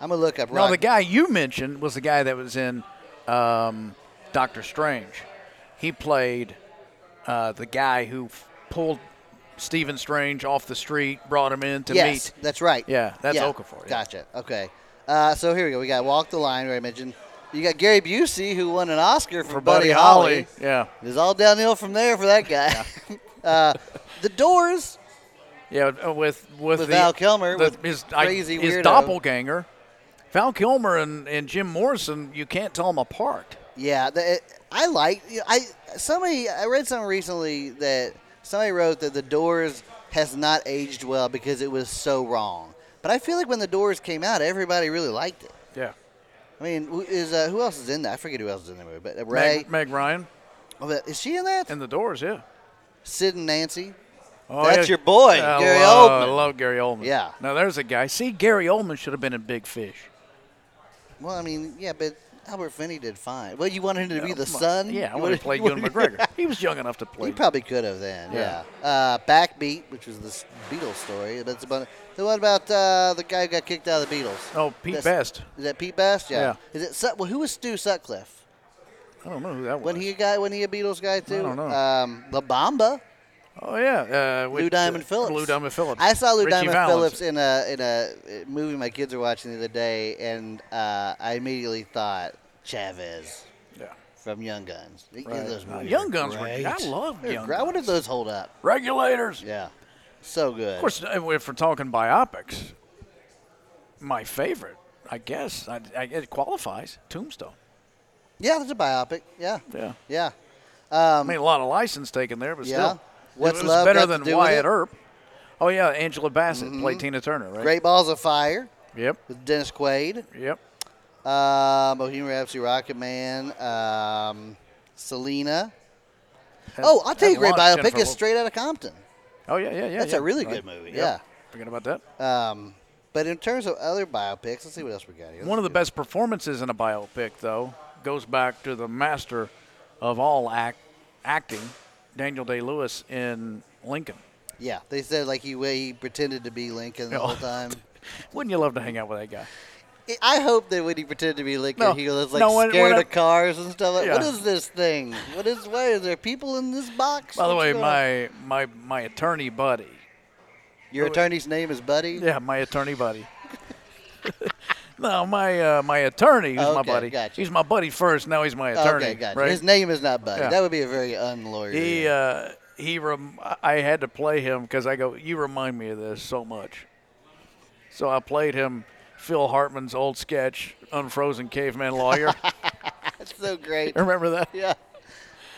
Speaker 1: I'm gonna look up.
Speaker 2: No,
Speaker 1: Rock-
Speaker 2: the guy you mentioned was the guy that was in um, Doctor Strange. He played uh, the guy who f- pulled Stephen Strange off the street, brought him in to
Speaker 1: yes,
Speaker 2: meet.
Speaker 1: that's right.
Speaker 2: Yeah, that's Okafor, yeah.
Speaker 1: Gotcha. Okay. Uh, so here we go. We got Walk the Line, where I mentioned. You got Gary Busey, who won an Oscar for,
Speaker 2: For Buddy Holly. Yeah.
Speaker 1: It was all downhill from there for that guy. uh, the Doors.
Speaker 2: Yeah, uh, with
Speaker 1: With
Speaker 2: with, the-
Speaker 1: Val Kilmer,
Speaker 2: the-
Speaker 1: with
Speaker 2: his,
Speaker 1: crazy
Speaker 2: his
Speaker 1: weirdo.
Speaker 2: doppelganger, Val Kilmer and, and Jim Morrison, you can't tell them apart.
Speaker 1: Yeah, the, I like. I somebody I read something recently that somebody wrote that the Doors has not aged well because it was so wrong. But I feel like when the Doors came out, everybody really liked it.
Speaker 2: Yeah,
Speaker 1: I mean, who is uh, who else is in that? I forget who else is in the movie, but uh, Ray.
Speaker 2: Meg, Meg Ryan
Speaker 1: Oh, but is she in that?
Speaker 2: and the Doors. Yeah,
Speaker 1: Sid and Nancy.
Speaker 2: oh,
Speaker 1: That's your boy,
Speaker 2: I
Speaker 1: Gary
Speaker 2: love, I
Speaker 1: Oldman.
Speaker 2: love Gary Oldman.
Speaker 1: Yeah.
Speaker 2: Now there's a guy. See, Gary Oldman should have been in Big Fish.
Speaker 1: Well, I mean, yeah, but Albert Finney did fine. Well, you wanted him to be
Speaker 2: Oh,
Speaker 1: the
Speaker 2: come on.
Speaker 1: son.
Speaker 2: Yeah, I
Speaker 1: You
Speaker 2: would
Speaker 1: wanted-
Speaker 2: have played
Speaker 1: you
Speaker 2: Ewan
Speaker 1: wanted-
Speaker 2: McGregor. He was young enough to play.
Speaker 1: He probably could have then. Yeah.
Speaker 2: Yeah.
Speaker 1: Uh, Backbeat, which was this Beatles story. That's about. The one about uh, the guy who got kicked out of the Beatles.
Speaker 2: oh, Pete
Speaker 1: That's-
Speaker 2: Best.
Speaker 1: Is that Pete Best? Yeah.
Speaker 2: Yeah.
Speaker 1: Is it Sut- well? Who was Stu Sutcliffe?
Speaker 2: I don't know who that was.
Speaker 1: Wasn't he a guy? Wasn't he a Beatles guy too?
Speaker 2: don't know.
Speaker 1: Um, La Bamba,
Speaker 2: oh yeah, uh,
Speaker 1: Lou
Speaker 2: with,
Speaker 1: Diamond
Speaker 2: uh,
Speaker 1: Phillips.
Speaker 2: Lou Diamond Phillips.
Speaker 1: I saw Lou
Speaker 2: Richie
Speaker 1: Diamond
Speaker 2: Valens.
Speaker 1: Phillips in a in a movie my kids were watching the other day, and uh, I immediately thought Chavez
Speaker 2: Yeah.
Speaker 1: from Young Guns. These- those
Speaker 2: Uh,
Speaker 1: movies
Speaker 2: Young
Speaker 1: are
Speaker 2: Guns were.
Speaker 1: great.
Speaker 2: I love
Speaker 1: They're
Speaker 2: Young
Speaker 1: great. I wonder if
Speaker 2: Guns.
Speaker 1: those hold up.
Speaker 2: Regulators.
Speaker 1: Yeah, so good.
Speaker 2: Of course, if we're talking biopics, my favorite, I guess, I, I, it qualifies Tombstone.
Speaker 1: Yeah, there's a biopic. Yeah,
Speaker 2: Yeah.
Speaker 1: yeah.
Speaker 2: I mean, a lot of license taken there, but
Speaker 1: Yeah.
Speaker 2: still,
Speaker 1: What's
Speaker 2: it was
Speaker 1: Love
Speaker 2: better
Speaker 1: got to
Speaker 2: than
Speaker 1: do with
Speaker 2: Wyatt
Speaker 1: it? Mm-hmm.
Speaker 2: Earp. Oh yeah, Angela Bassett played Tina Turner, right?
Speaker 1: Great Balls of Fire
Speaker 2: Yep.
Speaker 1: with Dennis Quaid.
Speaker 2: Yep.
Speaker 1: Uh, Bohemian Rhapsody, Rocket Man, um, Selena. Oh, I'll tell you, a
Speaker 2: And
Speaker 1: great
Speaker 2: Lon-
Speaker 1: biopic
Speaker 2: Jennifer
Speaker 1: is
Speaker 2: Lo-
Speaker 1: Straight Outta Compton.
Speaker 2: Oh yeah, yeah, yeah.
Speaker 1: That's
Speaker 2: yeah.
Speaker 1: a really
Speaker 2: Right.
Speaker 1: good movie,
Speaker 2: Yep.
Speaker 1: yeah.
Speaker 2: Forget about that.
Speaker 1: Um, but in terms of other biopics, let's see what else we got here.
Speaker 2: One of the best performances in a biopic, though, goes back to the master of all act acting, Daniel Day Lewis in Lincoln.
Speaker 1: Yeah, they said like he he pretended to be Lincoln the
Speaker 2: Oh.
Speaker 1: whole time.
Speaker 2: Wouldn't you love to hang out with that guy?
Speaker 1: I- I hope that when he pretended to be Lincoln,
Speaker 2: No.
Speaker 1: he was like
Speaker 2: No, when-
Speaker 1: scared
Speaker 2: when
Speaker 1: of
Speaker 2: I-
Speaker 1: cars and stuff. Like, What
Speaker 2: Yeah.
Speaker 1: is this thing? What is? Why are there people in this box?
Speaker 2: By the
Speaker 1: What's
Speaker 2: way,
Speaker 1: going on?
Speaker 2: my my my attorney buddy.
Speaker 1: your attorney's name is Buddy.
Speaker 2: Yeah, my attorney buddy. no, my uh, my attorney. He's my
Speaker 1: Okay,
Speaker 2: buddy.
Speaker 1: gotcha.
Speaker 2: He's my buddy first. Now he's my attorney.
Speaker 1: Okay, gotcha.
Speaker 2: Right?
Speaker 1: His name is not Buddy.
Speaker 2: Yeah.
Speaker 1: That would be a very unlawyer.
Speaker 2: He uh, he. Rem- I had to play him because I go. You remind me of this so much. So I played him. Phil Hartman's old sketch, Unfrozen Caveman Lawyer.
Speaker 1: That's so great.
Speaker 2: Remember that?
Speaker 1: Yeah.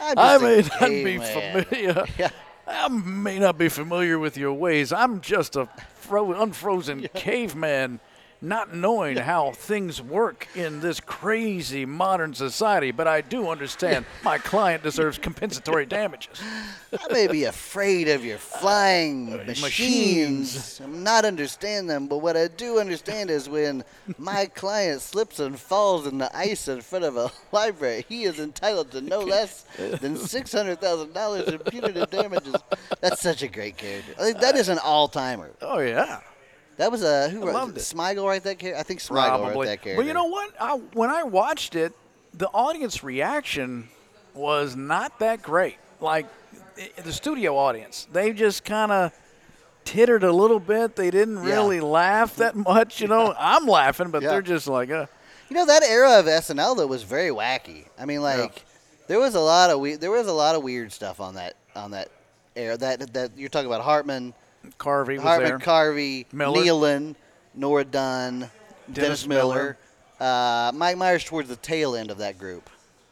Speaker 1: I'm
Speaker 2: I
Speaker 1: just a
Speaker 2: may not
Speaker 1: gay
Speaker 2: be
Speaker 1: man.
Speaker 2: familiar.
Speaker 1: Yeah.
Speaker 2: I may not be familiar with your ways. I'm just a fro- unfrozen caveman, not knowing how things work in this crazy modern society. But I do understand my client deserves compensatory damages.
Speaker 1: I may be afraid of your flying machines. I'm not understand them, but what I do understand is when my client slips and falls in the ice in front of a library, he is entitled to no less than six hundred thousand dollars in punitive damages. That's such a great character. I think that is an all timer.
Speaker 2: Oh yeah,
Speaker 1: That was a who wrote
Speaker 2: loved it.
Speaker 1: Smigel write that character? I think Smigel wrote
Speaker 2: probably.
Speaker 1: that character.
Speaker 2: But you know what? I, when I watched it, the audience reaction was not that great. Like i- the studio audience, they just kind of tittered a little bit. They didn't
Speaker 1: Yeah.
Speaker 2: really laugh that much. You know, I'm laughing, but
Speaker 1: Yeah.
Speaker 2: they're just like, uh,
Speaker 1: You know that era of SNL though was very wacky. I mean, like there was a lot of we- there was a lot of weird stuff on that on that era. That that you're talking about Hartman,
Speaker 2: Carvey was
Speaker 1: Hartman,
Speaker 2: there.
Speaker 1: Carvey,
Speaker 2: Miller.
Speaker 1: Nealon, Nora Dunn, Dennis,
Speaker 2: Dennis
Speaker 1: Miller, Uh, Mike Myers towards the tail end of that group.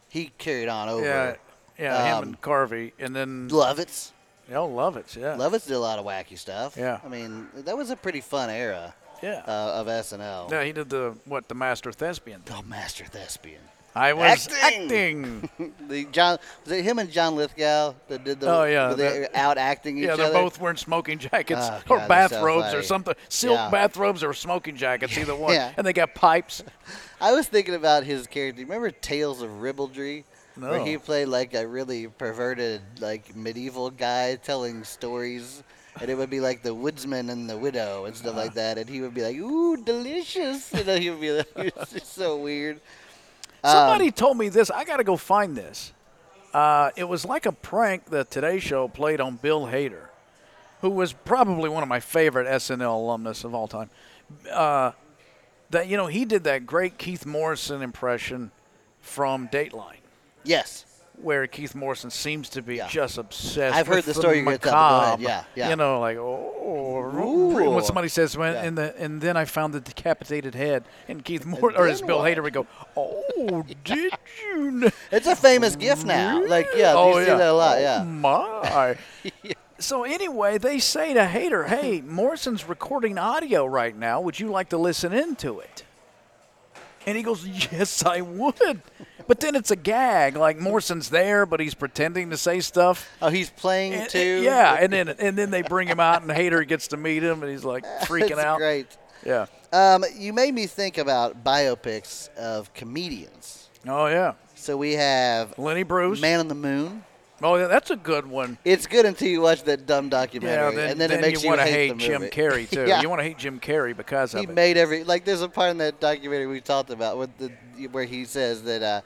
Speaker 1: He carried on over.
Speaker 2: yeah, yeah,
Speaker 1: Um,
Speaker 2: him and Carvey, and then
Speaker 1: Lovitz,
Speaker 2: oh, Lovitz, yeah,
Speaker 1: Lovitz did a lot of wacky stuff.
Speaker 2: Yeah.
Speaker 1: I mean that was a pretty fun era
Speaker 2: yeah.
Speaker 1: uh, of SNL.
Speaker 2: yeah, he did the what? The Master Thespian.
Speaker 1: Oh, Master Thespian.
Speaker 2: I was
Speaker 1: Acting!
Speaker 2: acting.
Speaker 1: The John was it him and John Lithgow that did the
Speaker 2: Oh, yeah,
Speaker 1: were they
Speaker 2: that-
Speaker 1: out acting each
Speaker 2: Yeah, they're
Speaker 1: other.
Speaker 2: both wearing smoking jackets
Speaker 1: Oh,
Speaker 2: or
Speaker 1: God, that's so
Speaker 2: bathrobes or
Speaker 1: funny.
Speaker 2: something. Silk
Speaker 1: Yeah.
Speaker 2: bathrobes or smoking jackets, either one.
Speaker 1: Yeah.
Speaker 2: And they got pipes.
Speaker 1: I was thinking about his character. Remember Tales of Ribaldry? Where
Speaker 2: No.
Speaker 1: he played like a really perverted, like medieval guy telling stories, and it would be like the woodsman and the widow and stuff
Speaker 2: Uh-huh.
Speaker 1: like that, and he would be like, "Ooh, delicious," you know, he would be like, it was just so weird. Um,
Speaker 2: Somebody told me this. I got to go find this. Uh, it was like a prank that Today Show played on Bill Hader, who was probably one of my favorite SNL alumnus of all time. Uh, that you know he did that great Keith Morrison impression from Dateline,
Speaker 1: Yes,
Speaker 2: where Keith Morrison seems to be
Speaker 1: Yeah.
Speaker 2: just obsessed.
Speaker 1: I've heard
Speaker 2: with
Speaker 1: the story you're gonna tell, but go ahead.
Speaker 2: macabre.
Speaker 1: Yeah, yeah.
Speaker 2: You know, like oh,
Speaker 1: Ooh.
Speaker 2: when somebody says when
Speaker 1: Yeah.
Speaker 2: and the and then I found the decapitated head, and Keith Morrison
Speaker 1: then
Speaker 2: or is Bill
Speaker 1: what?
Speaker 2: Hader would go, oh, did you? Know?
Speaker 1: it's a famous gift now. Like, yeah,
Speaker 2: oh,
Speaker 1: you see
Speaker 2: yeah.
Speaker 1: that a lot.
Speaker 2: Oh,
Speaker 1: Yeah,
Speaker 2: my. So anyway, they say to Hater, "Hey, Morrison's recording audio right now. Would you like to listen into it?" And he goes, "Yes, I would." But then it's a gag, like Morrison's there, but he's pretending to say stuff.
Speaker 1: oh, he's playing
Speaker 2: And-
Speaker 1: too.
Speaker 2: yeah, and then and then they bring him out, and Hater gets to meet him, and he's like freaking
Speaker 1: It's
Speaker 2: out.
Speaker 1: Great.
Speaker 2: Yeah.
Speaker 1: Um, you made me think about biopics of comedians.
Speaker 2: Oh yeah.
Speaker 1: So we have
Speaker 2: Lenny Bruce.
Speaker 1: Man on the Moon.
Speaker 2: Oh, yeah, that's a good one.
Speaker 1: It's good until you watch that dumb
Speaker 2: Yeah,
Speaker 1: documentary,
Speaker 2: then,
Speaker 1: and then, it
Speaker 2: then
Speaker 1: makes
Speaker 2: you want to
Speaker 1: hate,
Speaker 2: hate,
Speaker 1: the movie.
Speaker 2: Jim Carrey too.
Speaker 1: yeah.
Speaker 2: You want to hate Jim Carrey because of
Speaker 1: he
Speaker 2: it.
Speaker 1: made every like. There's a part in that documentary we talked about where the, where he says that uh,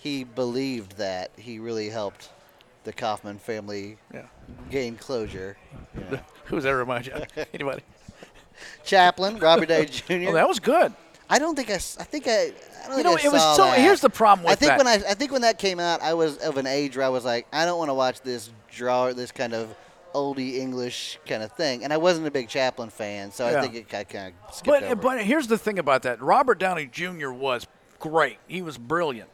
Speaker 1: he believed that he really helped the Kaufman family
Speaker 2: Yeah.
Speaker 1: gain closure.
Speaker 2: Who's that remind you? of? Anybody?
Speaker 1: Chaplin, Robbie Day Jr.
Speaker 2: Oh, that was good.
Speaker 1: I don't think I. s- I think I. I don't
Speaker 2: You know,
Speaker 1: think I
Speaker 2: it was
Speaker 1: saw
Speaker 2: so.
Speaker 1: that.
Speaker 2: Here's the problem with
Speaker 1: I think
Speaker 2: that.
Speaker 1: when I, I think when that came out, I was of an age where I was like, I don't want to watch this draw, this kind of oldie English kind of thing, and I wasn't a big Chaplin fan, so
Speaker 2: Yeah.
Speaker 1: I think it I kind of skipped
Speaker 2: but
Speaker 1: over.
Speaker 2: but here's the thing about that. Robert Downey Jr. was great. He was brilliant.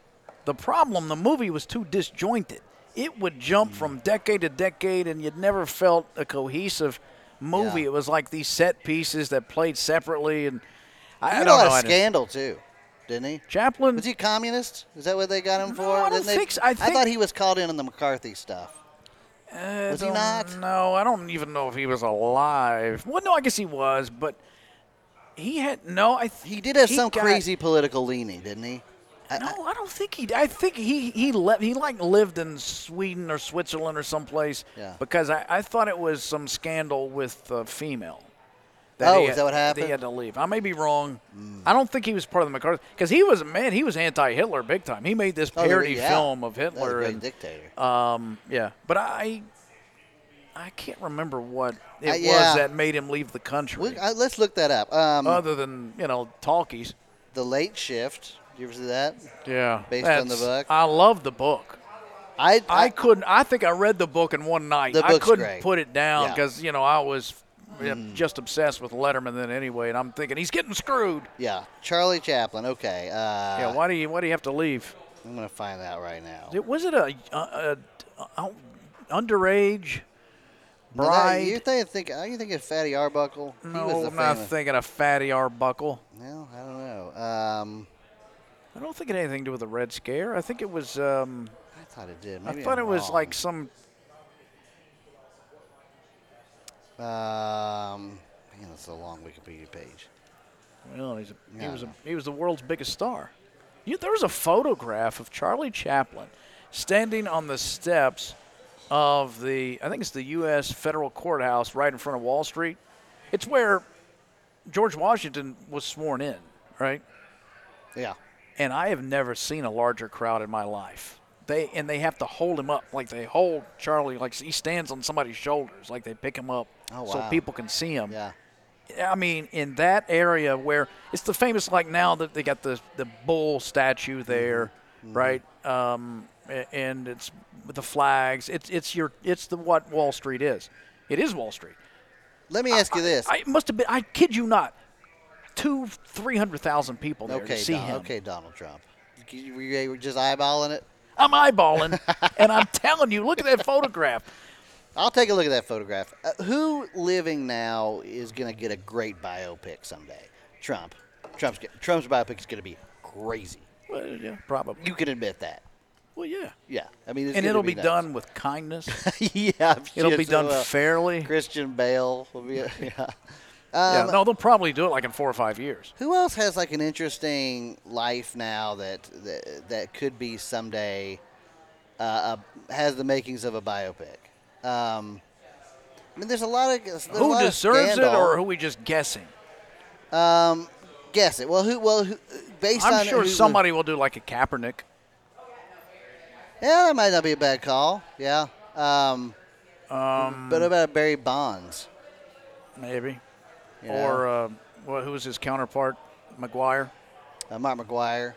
Speaker 2: The problem, the movie was too disjointed. It would
Speaker 1: Mm.
Speaker 2: jump from decade to decade, and you'd never felt a cohesive movie.
Speaker 1: Yeah.
Speaker 2: It was like these set pieces that played separately, and
Speaker 1: he
Speaker 2: I, I
Speaker 1: had a
Speaker 2: don't
Speaker 1: lot
Speaker 2: know. I
Speaker 1: of
Speaker 2: didn't-
Speaker 1: scandal too, didn't he?
Speaker 2: Chaplin.
Speaker 1: Was he communist? Is that what they got him for?
Speaker 2: No, I don't
Speaker 1: Didn't they-
Speaker 2: think so. I think-
Speaker 1: thought he was called in on the McCarthy stuff.
Speaker 2: I
Speaker 1: Was he
Speaker 2: don't
Speaker 1: not?
Speaker 2: No, I don't even know if he was alive. Well, no, I guess he was, but he had no. I th-
Speaker 1: He did have some
Speaker 2: got-
Speaker 1: crazy political leaning, didn't he? I-
Speaker 2: No, I don't think he. I think he he left. He like lived in Sweden or Switzerland or someplace.
Speaker 1: Yeah.
Speaker 2: Because I, I thought it was some scandal with a female.
Speaker 1: Oh,
Speaker 2: he
Speaker 1: is that what happened? Mm.
Speaker 2: He had to leave. I may be wrong. I don't think he was part of the McCarthy because he was man. He was anti-Hitler big time. He made this
Speaker 1: Oh, there-
Speaker 2: parody
Speaker 1: yeah.
Speaker 2: film of
Speaker 1: That was a
Speaker 2: Hitler
Speaker 1: great
Speaker 2: and
Speaker 1: dictator.
Speaker 2: um yeah. But I I can't remember what it
Speaker 1: Uh, yeah.
Speaker 2: was that made him leave the country.
Speaker 1: We, I, uh, let's look that up. Um,
Speaker 2: other than you know talkies.
Speaker 1: the Late Shift. Did you ever see that?
Speaker 2: Yeah.
Speaker 1: Based on the book?
Speaker 2: I love the book.
Speaker 1: I,
Speaker 2: I couldn't. I think I read the book in one night.
Speaker 1: The
Speaker 2: I
Speaker 1: book's
Speaker 2: couldn't
Speaker 1: great.
Speaker 2: put it down
Speaker 1: Yeah. Mm.
Speaker 2: because you know I was you know, just obsessed with Letterman then anyway, and I'm thinking he's getting screwed.
Speaker 1: yeah, Charlie Chaplin. Okay. Uh,
Speaker 2: yeah, why do you why do you have to leave?
Speaker 1: I'm gonna find out right now.
Speaker 2: It- Was it a, a, a, a underage
Speaker 1: Now that-
Speaker 2: bride?
Speaker 1: You're thinking, think, are you thinking of Fatty Arbuckle?
Speaker 2: no,
Speaker 1: he was the
Speaker 2: I'm not
Speaker 1: famous-
Speaker 2: thinking of Fatty Arbuckle.
Speaker 1: Well, I don't know. Um,
Speaker 2: I don't think it had anything to do with the Red Scare. I think it was. Um,
Speaker 1: I thought it did.
Speaker 2: I
Speaker 1: Maybe
Speaker 2: thought
Speaker 1: I'm
Speaker 2: it was
Speaker 1: wrong.
Speaker 2: like some.
Speaker 1: Um, man, that's a long Wikipedia page.
Speaker 2: Well, he's a, he
Speaker 1: Yeah,
Speaker 2: was a,
Speaker 1: no.
Speaker 2: he was the world's biggest star. You, there was a photograph of Charlie Chaplin standing on the steps of the I think it's the U.S. federal courthouse right in front of Wall Street. It's where George Washington was sworn in, right?
Speaker 1: Yeah.
Speaker 2: And I have never seen a larger crowd in my life. They and they have to hold him up like they hold Charlie like he stands on somebody's shoulders like they pick him up
Speaker 1: Oh,
Speaker 2: so
Speaker 1: wow.
Speaker 2: people can see him.
Speaker 1: Yeah.
Speaker 2: I mean, in that area where it's the famous, like now that they got the the bull statue there,
Speaker 1: Mm-hmm.
Speaker 2: right? Um, a- and it's with the flags. It's it's your it's the what Wall Street is. It is Wall Street.
Speaker 1: Let me ask you this.
Speaker 2: I it must have been. I kid you not, two three hundred thousand people there
Speaker 1: okay,
Speaker 2: to see
Speaker 1: Don-
Speaker 2: him.
Speaker 1: okay, Donald Trump. You- you- you were just eyeballing it.
Speaker 2: I'm eyeballing, and I'm telling you, look at that photograph.
Speaker 1: I'll take a look at that photograph. Uh, who living now is going to get a great biopic someday? Trump. Trump's get, Trump's biopic is going to be crazy.
Speaker 2: Well, yeah, probably.
Speaker 1: You can admit that.
Speaker 2: Well, yeah.
Speaker 1: Yeah. I mean, it's
Speaker 2: And
Speaker 1: gonna
Speaker 2: it'll be,
Speaker 1: nuts.
Speaker 2: done with kindness.
Speaker 1: yeah. I'm
Speaker 2: It'll
Speaker 1: sure
Speaker 2: be
Speaker 1: so
Speaker 2: done
Speaker 1: will.
Speaker 2: fairly.
Speaker 1: Christian Bale will be. Yeah.
Speaker 2: yeah.
Speaker 1: Um,
Speaker 2: No, they'll probably do it like in four or five years.
Speaker 1: Who else has like an interesting life now that that, that could be someday uh, a, has the makings of a biopic? Um, I mean, there's a lot of there's a
Speaker 2: who
Speaker 1: lot of
Speaker 2: deserves it
Speaker 1: scandal.
Speaker 2: or who we just guessing?
Speaker 1: guess it. Well, who? Well, who, based on
Speaker 2: I'm sure
Speaker 1: who-
Speaker 2: somebody will do like a Kaepernick.
Speaker 1: Yeah, that might not be a bad call. Yeah. Um,
Speaker 2: Um,
Speaker 1: but what about Barry Bonds?
Speaker 2: Maybe.
Speaker 1: You
Speaker 2: Or uh, what, who was his counterpart? McGuire,
Speaker 1: Uh, Mark McGuire,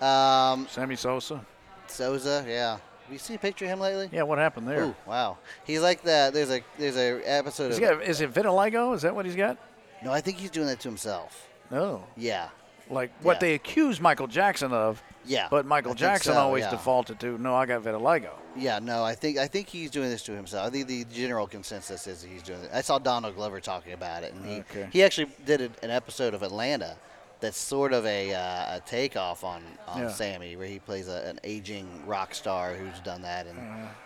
Speaker 1: um,
Speaker 2: Sammy Sosa.
Speaker 1: Souza. Yeah. Have you seen a picture of him lately?
Speaker 2: Yeah, what happened there?
Speaker 1: Ooh, wow. He's like that. There's a there's a episode
Speaker 2: He's
Speaker 1: of
Speaker 2: got, is it vitiligo? Is that what he's got?
Speaker 1: No, I think he's doing that to himself.
Speaker 2: No.
Speaker 1: Yeah.
Speaker 2: Like what
Speaker 1: Yeah.
Speaker 2: they accused Michael Jackson of.
Speaker 1: Yeah,
Speaker 2: But
Speaker 1: I
Speaker 2: Michael
Speaker 1: think
Speaker 2: Jackson
Speaker 1: so,
Speaker 2: always
Speaker 1: yeah.
Speaker 2: defaulted to, no, I got vitiligo.
Speaker 1: Yeah, no, I think I think he's doing this to himself. I think the general consensus is that he's doing it. I saw Donald Glover talking about it, and he
Speaker 2: Okay.
Speaker 1: he actually did an- an episode of Atlanta that's sort of a, uh, a takeoff on, on
Speaker 2: Yeah.
Speaker 1: Sammy, where he plays a, an aging rock star who's done that, and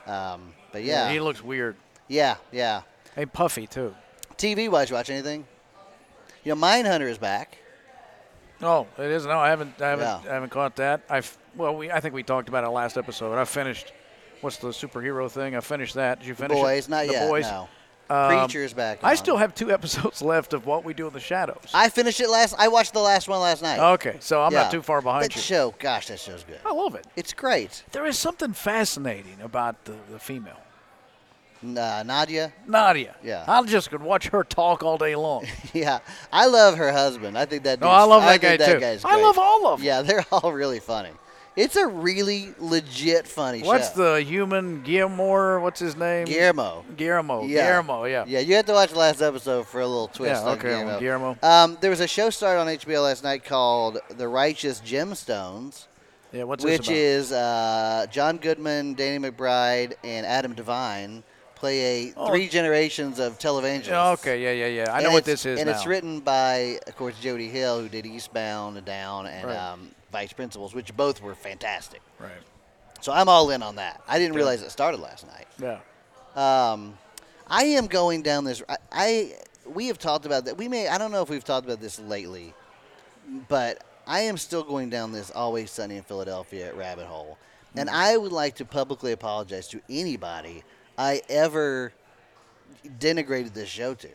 Speaker 2: Uh-huh.
Speaker 1: um, but
Speaker 2: He
Speaker 1: yeah,
Speaker 2: looks weird.
Speaker 1: yeah, yeah.
Speaker 2: Hey, puffy, too.
Speaker 1: TV wise, you watch anything? You know, Mindhunter is back.
Speaker 2: No, Oh, it is. No, I haven't. I haven't.
Speaker 1: Yeah.
Speaker 2: I haven't caught that. I have well, we. I think we talked about it last episode. I finished. What's the superhero thing? I finished that. Did you finish it?
Speaker 1: Boys, not
Speaker 2: the
Speaker 1: yet,
Speaker 2: Boys. Um,
Speaker 1: no. Preacher's back.
Speaker 2: I
Speaker 1: on.
Speaker 2: still have two episodes left of what we do in the shadows.
Speaker 1: I finished it last. I watched the last one last night.
Speaker 2: okay, so Oh, I'm
Speaker 1: Yeah.
Speaker 2: not too far behind
Speaker 1: That
Speaker 2: you.
Speaker 1: show, gosh, that show's good.
Speaker 2: I love it.
Speaker 1: It's great.
Speaker 2: There is something fascinating about the, the female.
Speaker 1: Nah, Nadia.
Speaker 2: Nadia.
Speaker 1: Yeah.
Speaker 2: I just could watch her talk all day long.
Speaker 1: Yeah, I love her husband. I think that.
Speaker 2: No,
Speaker 1: dude's-
Speaker 2: I love that guy
Speaker 1: think
Speaker 2: too.
Speaker 1: guy's
Speaker 2: I
Speaker 1: great.
Speaker 2: love all of 'em.
Speaker 1: Yeah, they're all really funny. It's a really legit funny
Speaker 2: What's
Speaker 1: show.
Speaker 2: the human Guillermo? What's his name?
Speaker 1: Guillermo?
Speaker 2: Guillermo.
Speaker 1: Yeah.
Speaker 2: Guillermo, yeah.
Speaker 1: Yeah, you have to watch the last episode for a little twist.
Speaker 2: Yeah,
Speaker 1: on
Speaker 2: okay,
Speaker 1: Guillermo.
Speaker 2: on Guillermo.
Speaker 1: Um, there was a show started on HBO last night called The Righteous Gemstones,
Speaker 2: Yeah, what's this
Speaker 1: which
Speaker 2: about?
Speaker 1: is uh, John Goodman, Danny McBride, and Adam Devine play a
Speaker 2: Oh.
Speaker 1: three generations of televangelists.
Speaker 2: Yeah, Okay, yeah, yeah, yeah. I
Speaker 1: And
Speaker 2: know what
Speaker 1: it's-
Speaker 2: this is
Speaker 1: And
Speaker 2: now.
Speaker 1: it's written by, of course, Jody Hill, who did Eastbound and Down and
Speaker 2: Right.
Speaker 1: um, Vice Principals, which both were fantastic.
Speaker 2: Right.
Speaker 1: So I'm all in on that. I didn't realize it started last night.
Speaker 2: Yeah.
Speaker 1: Um, I am going down this. I, I we have talked about that. We may. I don't know if we've talked about this lately, but I am still going down this always sunny in Philadelphia rabbit hole, and I would like to publicly apologize to anybody I ever denigrated this show to.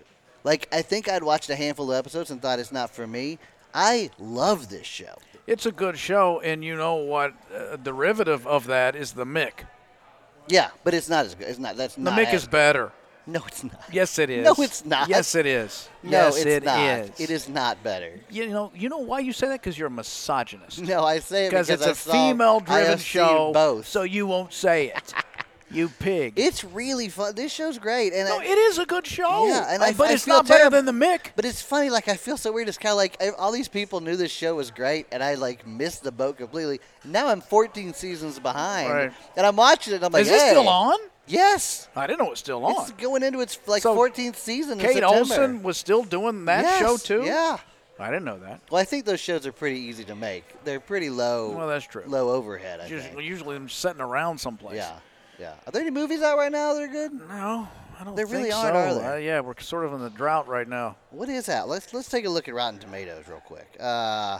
Speaker 1: Like I think I'd watched a handful of episodes and thought it's not for me. I love this show.
Speaker 2: It's a good show, and you know what? A derivative of that is the Mick.
Speaker 1: Yeah, but it's not as good. It's not. That's
Speaker 2: The
Speaker 1: not.
Speaker 2: Mick is
Speaker 1: as-
Speaker 2: better.
Speaker 1: No, it's not.
Speaker 2: Yes, it is.
Speaker 1: No, it's not.
Speaker 2: Yes, it is.
Speaker 1: No,
Speaker 2: yes,
Speaker 1: it's
Speaker 2: it
Speaker 1: not.
Speaker 2: is.
Speaker 1: It is not better.
Speaker 2: You know, you know why you say that? Because you're a misogynist.
Speaker 1: No, I say it because
Speaker 2: it's
Speaker 1: I
Speaker 2: a
Speaker 1: saw- I
Speaker 2: female-driven
Speaker 1: have seen
Speaker 2: show.
Speaker 1: Both.
Speaker 2: So you won't say it. you pig.
Speaker 1: it's really fun. This show's great, and
Speaker 2: no,
Speaker 1: I-
Speaker 2: it is a good show.
Speaker 1: Yeah, and
Speaker 2: uh,
Speaker 1: I-
Speaker 2: but
Speaker 1: I
Speaker 2: it's
Speaker 1: feel
Speaker 2: not better
Speaker 1: terrible.
Speaker 2: than the Mick.
Speaker 1: but it's funny. Like I feel so weird. It's kind of like I, all these people knew this show was great, and I like missed the boat completely. Now I'm 14 seasons behind,
Speaker 2: Right.
Speaker 1: and I'm watching it. and I'm like,
Speaker 2: is this
Speaker 1: hey,
Speaker 2: still on?
Speaker 1: Yes,
Speaker 2: I didn't know it was still on.
Speaker 1: it's going into its like
Speaker 2: So,
Speaker 1: 14th season. in
Speaker 2: Kate
Speaker 1: September.
Speaker 2: Olsen was still doing that
Speaker 1: Yes,
Speaker 2: show too.
Speaker 1: Yeah.
Speaker 2: I didn't know that.
Speaker 1: Well, I think those shows are pretty easy to make. They're pretty low.
Speaker 2: Well, that's true.
Speaker 1: Low overhead. I
Speaker 2: Just,
Speaker 1: think.
Speaker 2: usually I'm sitting around someplace.
Speaker 1: Yeah. Yeah. Are there any movies out right now that are good?
Speaker 2: No, I don't.
Speaker 1: There
Speaker 2: think
Speaker 1: really
Speaker 2: so.
Speaker 1: aren't, are there?
Speaker 2: Uh, yeah, we're sort of in the drought right now.
Speaker 1: What is that? Let's let's take a look at Rotten Tomatoes real quick. Uh,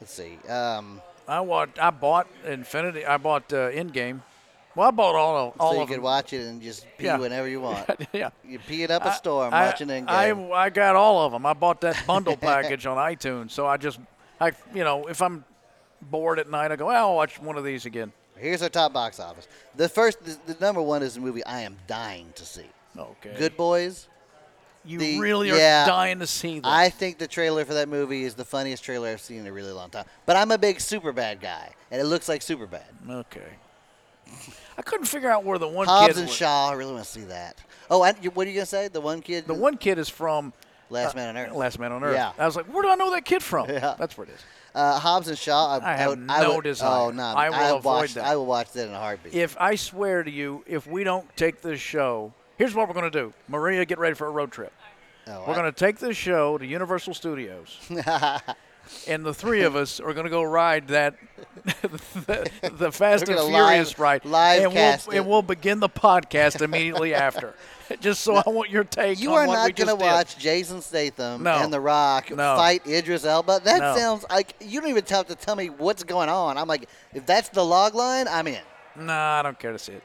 Speaker 1: let's see. Um,
Speaker 2: I want. I bought Infinity. I bought uh, Endgame. Well, I bought all of all
Speaker 1: so you
Speaker 2: of
Speaker 1: could
Speaker 2: them.
Speaker 1: watch it and just pee
Speaker 2: Yeah.
Speaker 1: whenever you want.
Speaker 2: yeah.
Speaker 1: You pee it up a storm
Speaker 2: I,
Speaker 1: watching Endgame.
Speaker 2: I, I got all of them. I bought that bundle package on iTunes. So I just, I you know, if I'm bored at night, I go, I'll watch one of these again.
Speaker 1: Here's our top box office. The first, the, the number one is the movie I am dying to see.
Speaker 2: Okay.
Speaker 1: Good Boys.
Speaker 2: You
Speaker 1: the-
Speaker 2: really are
Speaker 1: yeah.
Speaker 2: dying to see that.
Speaker 1: I think the trailer for that movie is the funniest trailer I've seen in a really long time. But I'm a big Super Bad guy, and it looks like Super Bad.
Speaker 2: okay. I couldn't figure out where the one
Speaker 1: Hobbs
Speaker 2: kid
Speaker 1: and
Speaker 2: was.
Speaker 1: Shaw. I really want to see that. Oh, I, you- what are you gonna say? The one kid.
Speaker 2: The one kid is from
Speaker 1: Last Man on Earth.
Speaker 2: Uh, Last Man on Earth.
Speaker 1: Yeah.
Speaker 2: I was like, where do I know that kid from?
Speaker 1: Yeah.
Speaker 2: That's where it is.
Speaker 1: Uh, Hobbs and Shaw. I,
Speaker 2: I have
Speaker 1: would, I
Speaker 2: no
Speaker 1: would,
Speaker 2: desire.
Speaker 1: Oh no,
Speaker 2: I will avoid
Speaker 1: watch,
Speaker 2: that.
Speaker 1: I will watch that in a heartbeat.
Speaker 2: If I swear to you, if we don't take this show, here's what we're going to do. Maria, get ready for a road trip.
Speaker 1: Oh,
Speaker 2: We're
Speaker 1: I-
Speaker 2: going to take this show to Universal Studios. and the three of us are going to go ride that the, the Fast
Speaker 1: We're
Speaker 2: and
Speaker 1: gonna
Speaker 2: Furious
Speaker 1: live-
Speaker 2: ride.
Speaker 1: live
Speaker 2: and
Speaker 1: cast
Speaker 2: we'll
Speaker 1: it.
Speaker 2: and we'll begin the podcast immediately after. Just so I want your take
Speaker 1: You
Speaker 2: on
Speaker 1: are
Speaker 2: what we
Speaker 1: not
Speaker 2: just
Speaker 1: going to
Speaker 2: did.
Speaker 1: watch Jason Statham
Speaker 2: No.
Speaker 1: and The Rock
Speaker 2: No.
Speaker 1: fight Idris Elba. That
Speaker 2: No.
Speaker 1: sounds like you don't even have to tell me what's going on. I'm like, if that's the log line, I'm in.
Speaker 2: No, I don't care to see it.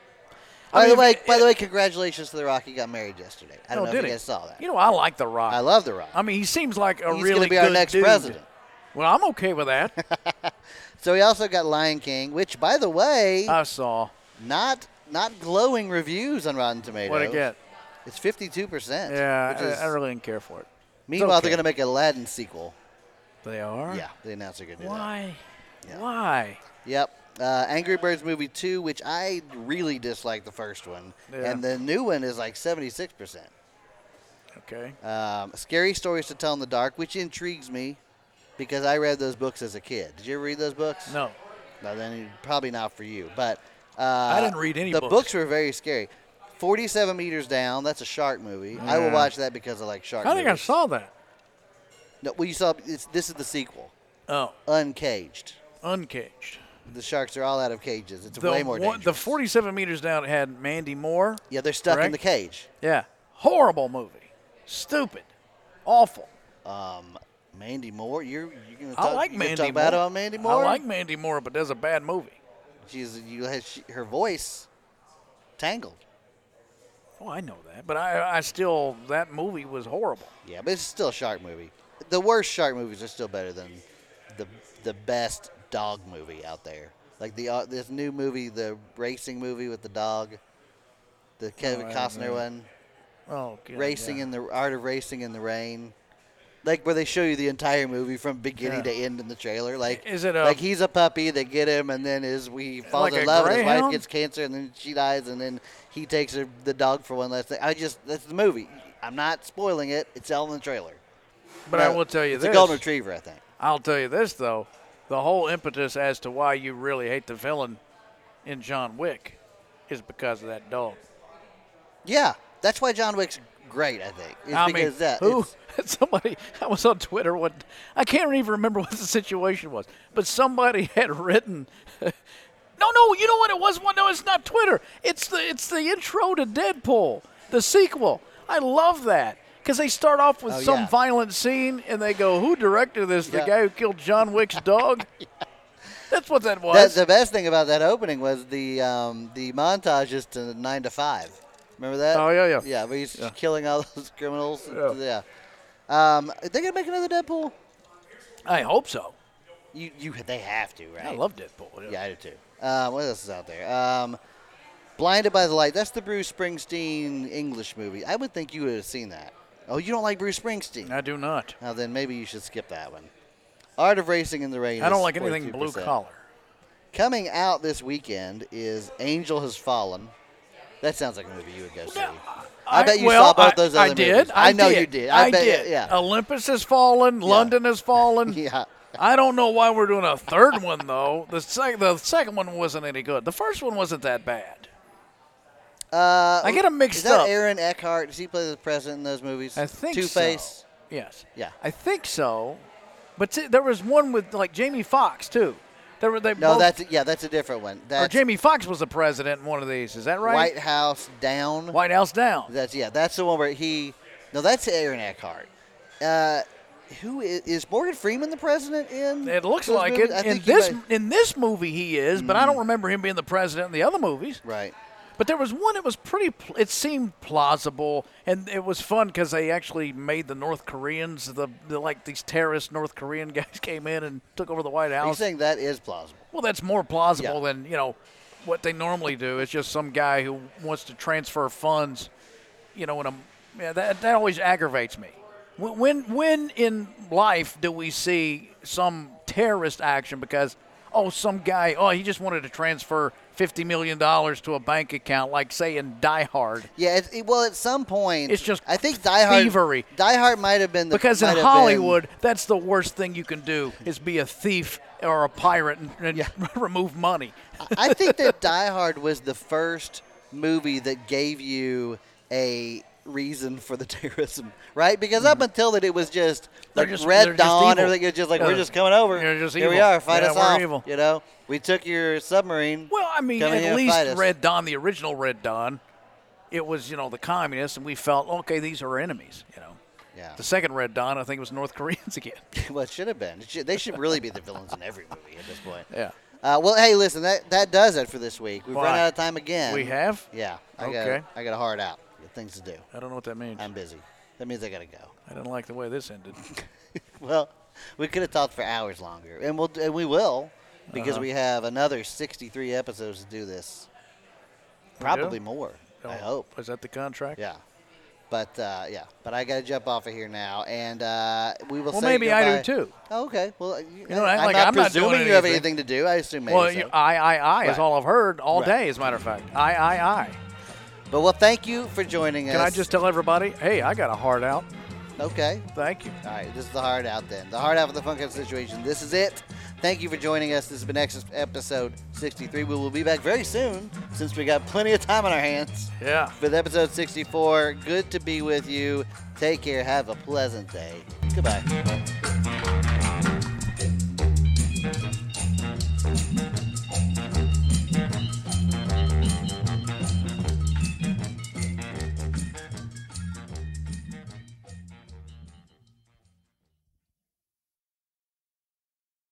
Speaker 1: By
Speaker 2: I mean,
Speaker 1: the way,
Speaker 2: if-
Speaker 1: by the way, congratulations to The Rock. He got married yesterday. I don't
Speaker 2: oh,
Speaker 1: know
Speaker 2: did
Speaker 1: if you
Speaker 2: he?
Speaker 1: guys saw that.
Speaker 2: You know, I like The Rock.
Speaker 1: I love The Rock.
Speaker 2: I mean, he seems like a
Speaker 1: He's
Speaker 2: really
Speaker 1: gonna be
Speaker 2: good
Speaker 1: our next
Speaker 2: dude.
Speaker 1: president.
Speaker 2: Well, I'm okay with that.
Speaker 1: so we also got Lion King, which, by the way,
Speaker 2: I saw.
Speaker 1: not not glowing reviews on Rotten Tomatoes.
Speaker 2: What I get?
Speaker 1: It's 52 percent.
Speaker 2: Yeah, I, I really didn't care for it.
Speaker 1: Meanwhile,
Speaker 2: okay.
Speaker 1: they're going to make an Aladdin sequel.
Speaker 2: They are.
Speaker 1: Yeah, they announced they're going to do that.
Speaker 2: Why?
Speaker 1: Yeah.
Speaker 2: Why?
Speaker 1: Yep. Uh, Angry Birds movie two, which I really disliked the first one,
Speaker 2: Yeah.
Speaker 1: and the new one is like seventy six percent. Um,
Speaker 2: Okay.
Speaker 1: Scary stories to tell in the dark, which intrigues me, because I read those books as a kid. Did you ever read those books?
Speaker 2: No.
Speaker 1: No, then you- probably not for you. But uh,
Speaker 2: I didn't read any
Speaker 1: The
Speaker 2: books.
Speaker 1: were very scary. Forty seven meters down. That's a shark movie. I will
Speaker 2: Yeah.
Speaker 1: watch that because I like shark.
Speaker 2: I think I
Speaker 1: movies.
Speaker 2: saw that.
Speaker 1: No, well, you saw. It's, this is the sequel,
Speaker 2: Oh,
Speaker 1: Uncaged.
Speaker 2: uncaged.
Speaker 1: The sharks are all out of cages. It's
Speaker 2: The
Speaker 1: way more
Speaker 2: one-
Speaker 1: dangerous.
Speaker 2: the 47 meters down had Mandy Moore.
Speaker 1: yeah, they're stuck in
Speaker 2: correct?
Speaker 1: the cage.
Speaker 2: Yeah. Horrible movie. Stupid. Awful.
Speaker 1: Um, Mandy Moore. You're you gonna talk,
Speaker 2: I like
Speaker 1: you gonna
Speaker 2: Mandy
Speaker 1: talk
Speaker 2: Moore.
Speaker 1: bad about Mandy Moore.
Speaker 2: I like Mandy Moore, but that's a bad movie.
Speaker 1: she's you had she, her voice tangled.
Speaker 2: Oh, I know that, but I, I still that movie was horrible.
Speaker 1: Yeah, but it's still a shark movie. The worst shark movies are still better than the the best dog movie out there. Like the uh, this new movie, the racing movie with the dog, the Kevin
Speaker 2: I
Speaker 1: Costner
Speaker 2: remember.
Speaker 1: one,
Speaker 2: Oh, good,
Speaker 1: racing
Speaker 2: yeah.
Speaker 1: in the art of racing in the rain. Like where they show you the entire movie from beginning to
Speaker 2: Yeah.
Speaker 1: end in the trailer. Like
Speaker 2: Is it a-
Speaker 1: like he's a puppy, they get him, and then is we falls in
Speaker 2: Like a
Speaker 1: love, and his wife
Speaker 2: greyhound?
Speaker 1: gets cancer, and then she dies, and then he takes her, the dog for one last thing. I just that's the movie. I'm not spoiling it. It's all in the trailer.
Speaker 2: But I
Speaker 1: No,
Speaker 2: will tell you
Speaker 1: it's
Speaker 2: this.
Speaker 1: a golden retriever, I think.
Speaker 2: I'll tell you this though, the whole impetus as to why you really hate the villain in John Wick is because of that dog.
Speaker 1: Yeah, that's why John Wick's great. I think is
Speaker 2: I
Speaker 1: because
Speaker 2: mean,
Speaker 1: that
Speaker 2: who?
Speaker 1: it's-
Speaker 2: Somebody. I was on Twitter. One, I can't even remember what the situation was, but somebody had written. no, no. You know what it was? Well, no, it's not Twitter. It's the it's the intro to Deadpool, the sequel. I love that because they start off with
Speaker 1: Oh,
Speaker 2: some
Speaker 1: yeah.
Speaker 2: violent scene and they go, "Who directed this?
Speaker 1: Yeah.
Speaker 2: The guy who killed John Wick's dog." That's what that was.
Speaker 1: that, the best thing about that opening was the um, the montages to Nine to Five. Remember that?
Speaker 2: Oh, yeah, yeah.
Speaker 1: Yeah, where he's killing all those criminals. Yeah.
Speaker 2: Yeah.
Speaker 1: Um, are they gonna make another Deadpool?
Speaker 2: I hope so.
Speaker 1: You you they have to right?
Speaker 2: I love Deadpool.
Speaker 1: Yeah, I do too. Um, what else is out there? Um, Blinded by the Light. That's the Bruce Springsteen English movie. I would think you would have seen that. Oh, you don't like Bruce Springsteen?
Speaker 2: I do not.
Speaker 1: Now then, maybe you should skip that one. Art of Racing in the Rain.
Speaker 2: I
Speaker 1: is
Speaker 2: don't like anything blue
Speaker 1: 42%.
Speaker 2: collar.
Speaker 1: Coming out this weekend is Angel Has Fallen. That sounds like a movie you would go see. I bet you
Speaker 2: well,
Speaker 1: saw both
Speaker 2: I-
Speaker 1: those
Speaker 2: I
Speaker 1: other
Speaker 2: did,
Speaker 1: movies.
Speaker 2: I,
Speaker 1: I know
Speaker 2: did,
Speaker 1: you did. I bet-
Speaker 2: did.
Speaker 1: yeah.
Speaker 2: Olympus has fallen. London has fallen.
Speaker 1: Yeah.
Speaker 2: I don't know why we're doing a third one though. The second the second one wasn't any good. The first one wasn't that bad.
Speaker 1: Uh,
Speaker 2: I get 'em mixed
Speaker 1: is that
Speaker 2: up.
Speaker 1: Aaron Eckhart? Does he play the president in those movies?
Speaker 2: I think
Speaker 1: Two Face.
Speaker 2: So. Yes.
Speaker 1: Yeah.
Speaker 2: I think so. But t- there was one with like Jamie Foxx too. There were they
Speaker 1: No,
Speaker 2: both,
Speaker 1: that's yeah, that's a different one.
Speaker 2: or
Speaker 1: That's
Speaker 2: Jamie Foxx was the president in one of these. Is that right?
Speaker 1: White House Down.
Speaker 2: White House down.
Speaker 1: That's yeah. That's the one where he. No, that's Aaron Eckhart. Uh, who is, is Morgan Freeman the president in?
Speaker 2: It looks
Speaker 1: those
Speaker 2: like
Speaker 1: movies? I
Speaker 2: it. In
Speaker 1: think he
Speaker 2: this
Speaker 1: might- Mm.
Speaker 2: in this movie, he is, but I don't remember him being the president in the other movies.
Speaker 1: right.
Speaker 2: But there was one that was pretty. Pl- it seemed plausible, and it was fun because they actually made the North Koreans the, the like these terrorist North Korean guys came in and took over the White
Speaker 1: Are you
Speaker 2: House.
Speaker 1: saying that is plausible?
Speaker 2: Well, that's more plausible
Speaker 1: Yeah.
Speaker 2: than you know what they normally do. It's just some guy who wants to transfer funds. You know, and I'm yeah, that that always aggravates me. When when when in life do we see some terrorist action because oh some guy oh he just wanted to transfer fifty million dollars to a bank account like say in Die Hard
Speaker 1: Yeah. It, it- well, at some point,
Speaker 2: It's just
Speaker 1: I think Die Hard.
Speaker 2: thievery.
Speaker 1: Die Hard might have been the
Speaker 2: because
Speaker 1: might
Speaker 2: in
Speaker 1: have been-
Speaker 2: Hollywood that's the worst thing you can do is be a thief or a pirate and, and
Speaker 1: Yeah.
Speaker 2: remove money.
Speaker 1: I think that Die Hard was the first movie that gave you a reason for the terrorism, right? Because up until that, it was just
Speaker 2: Mm-hmm. They're
Speaker 1: like
Speaker 2: just- they're
Speaker 1: Red
Speaker 2: just
Speaker 1: Dawn,
Speaker 2: evil.
Speaker 1: everything. It was just like we're
Speaker 2: Yeah.
Speaker 1: just coming over.
Speaker 2: They're just
Speaker 1: Here we
Speaker 2: evil.
Speaker 1: are, fight
Speaker 2: Yeah,
Speaker 1: us
Speaker 2: we're
Speaker 1: off.
Speaker 2: evil.
Speaker 1: You know, we took your submarine.
Speaker 2: Well, I mean,
Speaker 1: Come in here
Speaker 2: at
Speaker 1: and fight us.
Speaker 2: least Red Dawn, the original Red Dawn, it was you know the communists, and we felt okay, these are our enemies. You know,
Speaker 1: Yeah.
Speaker 2: the second Red Dawn, I think it was North Koreans again.
Speaker 1: well, it should have been. It should, they should really be the villains in every movie at this point.
Speaker 2: Yeah.
Speaker 1: Uh, well, hey, listen, that, that does it for this week. We've run
Speaker 2: Why?
Speaker 1: out of time again.
Speaker 2: We have?
Speaker 1: Yeah. I
Speaker 2: Okay.
Speaker 1: Got, I got a hard out. Got things to do.
Speaker 2: I don't know what that means.
Speaker 1: I'm busy. That means I got to go.
Speaker 2: I didn't like the way this ended.
Speaker 1: Well, we could have talked for hours longer, and we'll and we will because
Speaker 2: Uh-huh.
Speaker 1: we have another 63 episodes to do this. Probably more.
Speaker 2: Oh.
Speaker 1: I hope.
Speaker 2: Is that the contract?
Speaker 1: Yeah. But uh, yeah, but I got to jump off of here now, and uh, we will.
Speaker 2: Well,
Speaker 1: say
Speaker 2: maybe I do
Speaker 1: goodbye-
Speaker 2: too.
Speaker 1: Oh, okay. Well, you
Speaker 2: know,
Speaker 1: I'm,
Speaker 2: like,
Speaker 1: not
Speaker 2: I'm not doing
Speaker 1: presuming you have
Speaker 2: anything.
Speaker 1: anything to do. I assume maybe.
Speaker 2: Well,
Speaker 1: so.
Speaker 2: you, I, I, I
Speaker 1: Right.
Speaker 2: is all I've heard all
Speaker 1: Right.
Speaker 2: day. As a matter of fact, I, I, I.
Speaker 1: but well, thank you for joining
Speaker 2: Can
Speaker 1: us.
Speaker 2: I just tell everybody? Hey, I got a heart out.
Speaker 1: Okay.
Speaker 2: Thank you.
Speaker 1: All right, this is the hard out then. The hard out of the funk out situation. This is it. Thank you for joining us. This has been Exodus episode 63. We will be back very soon since we got plenty of time on our hands.
Speaker 2: Yeah.
Speaker 1: With episode 64, good to be with you. Take care. Have a pleasant day. Goodbye.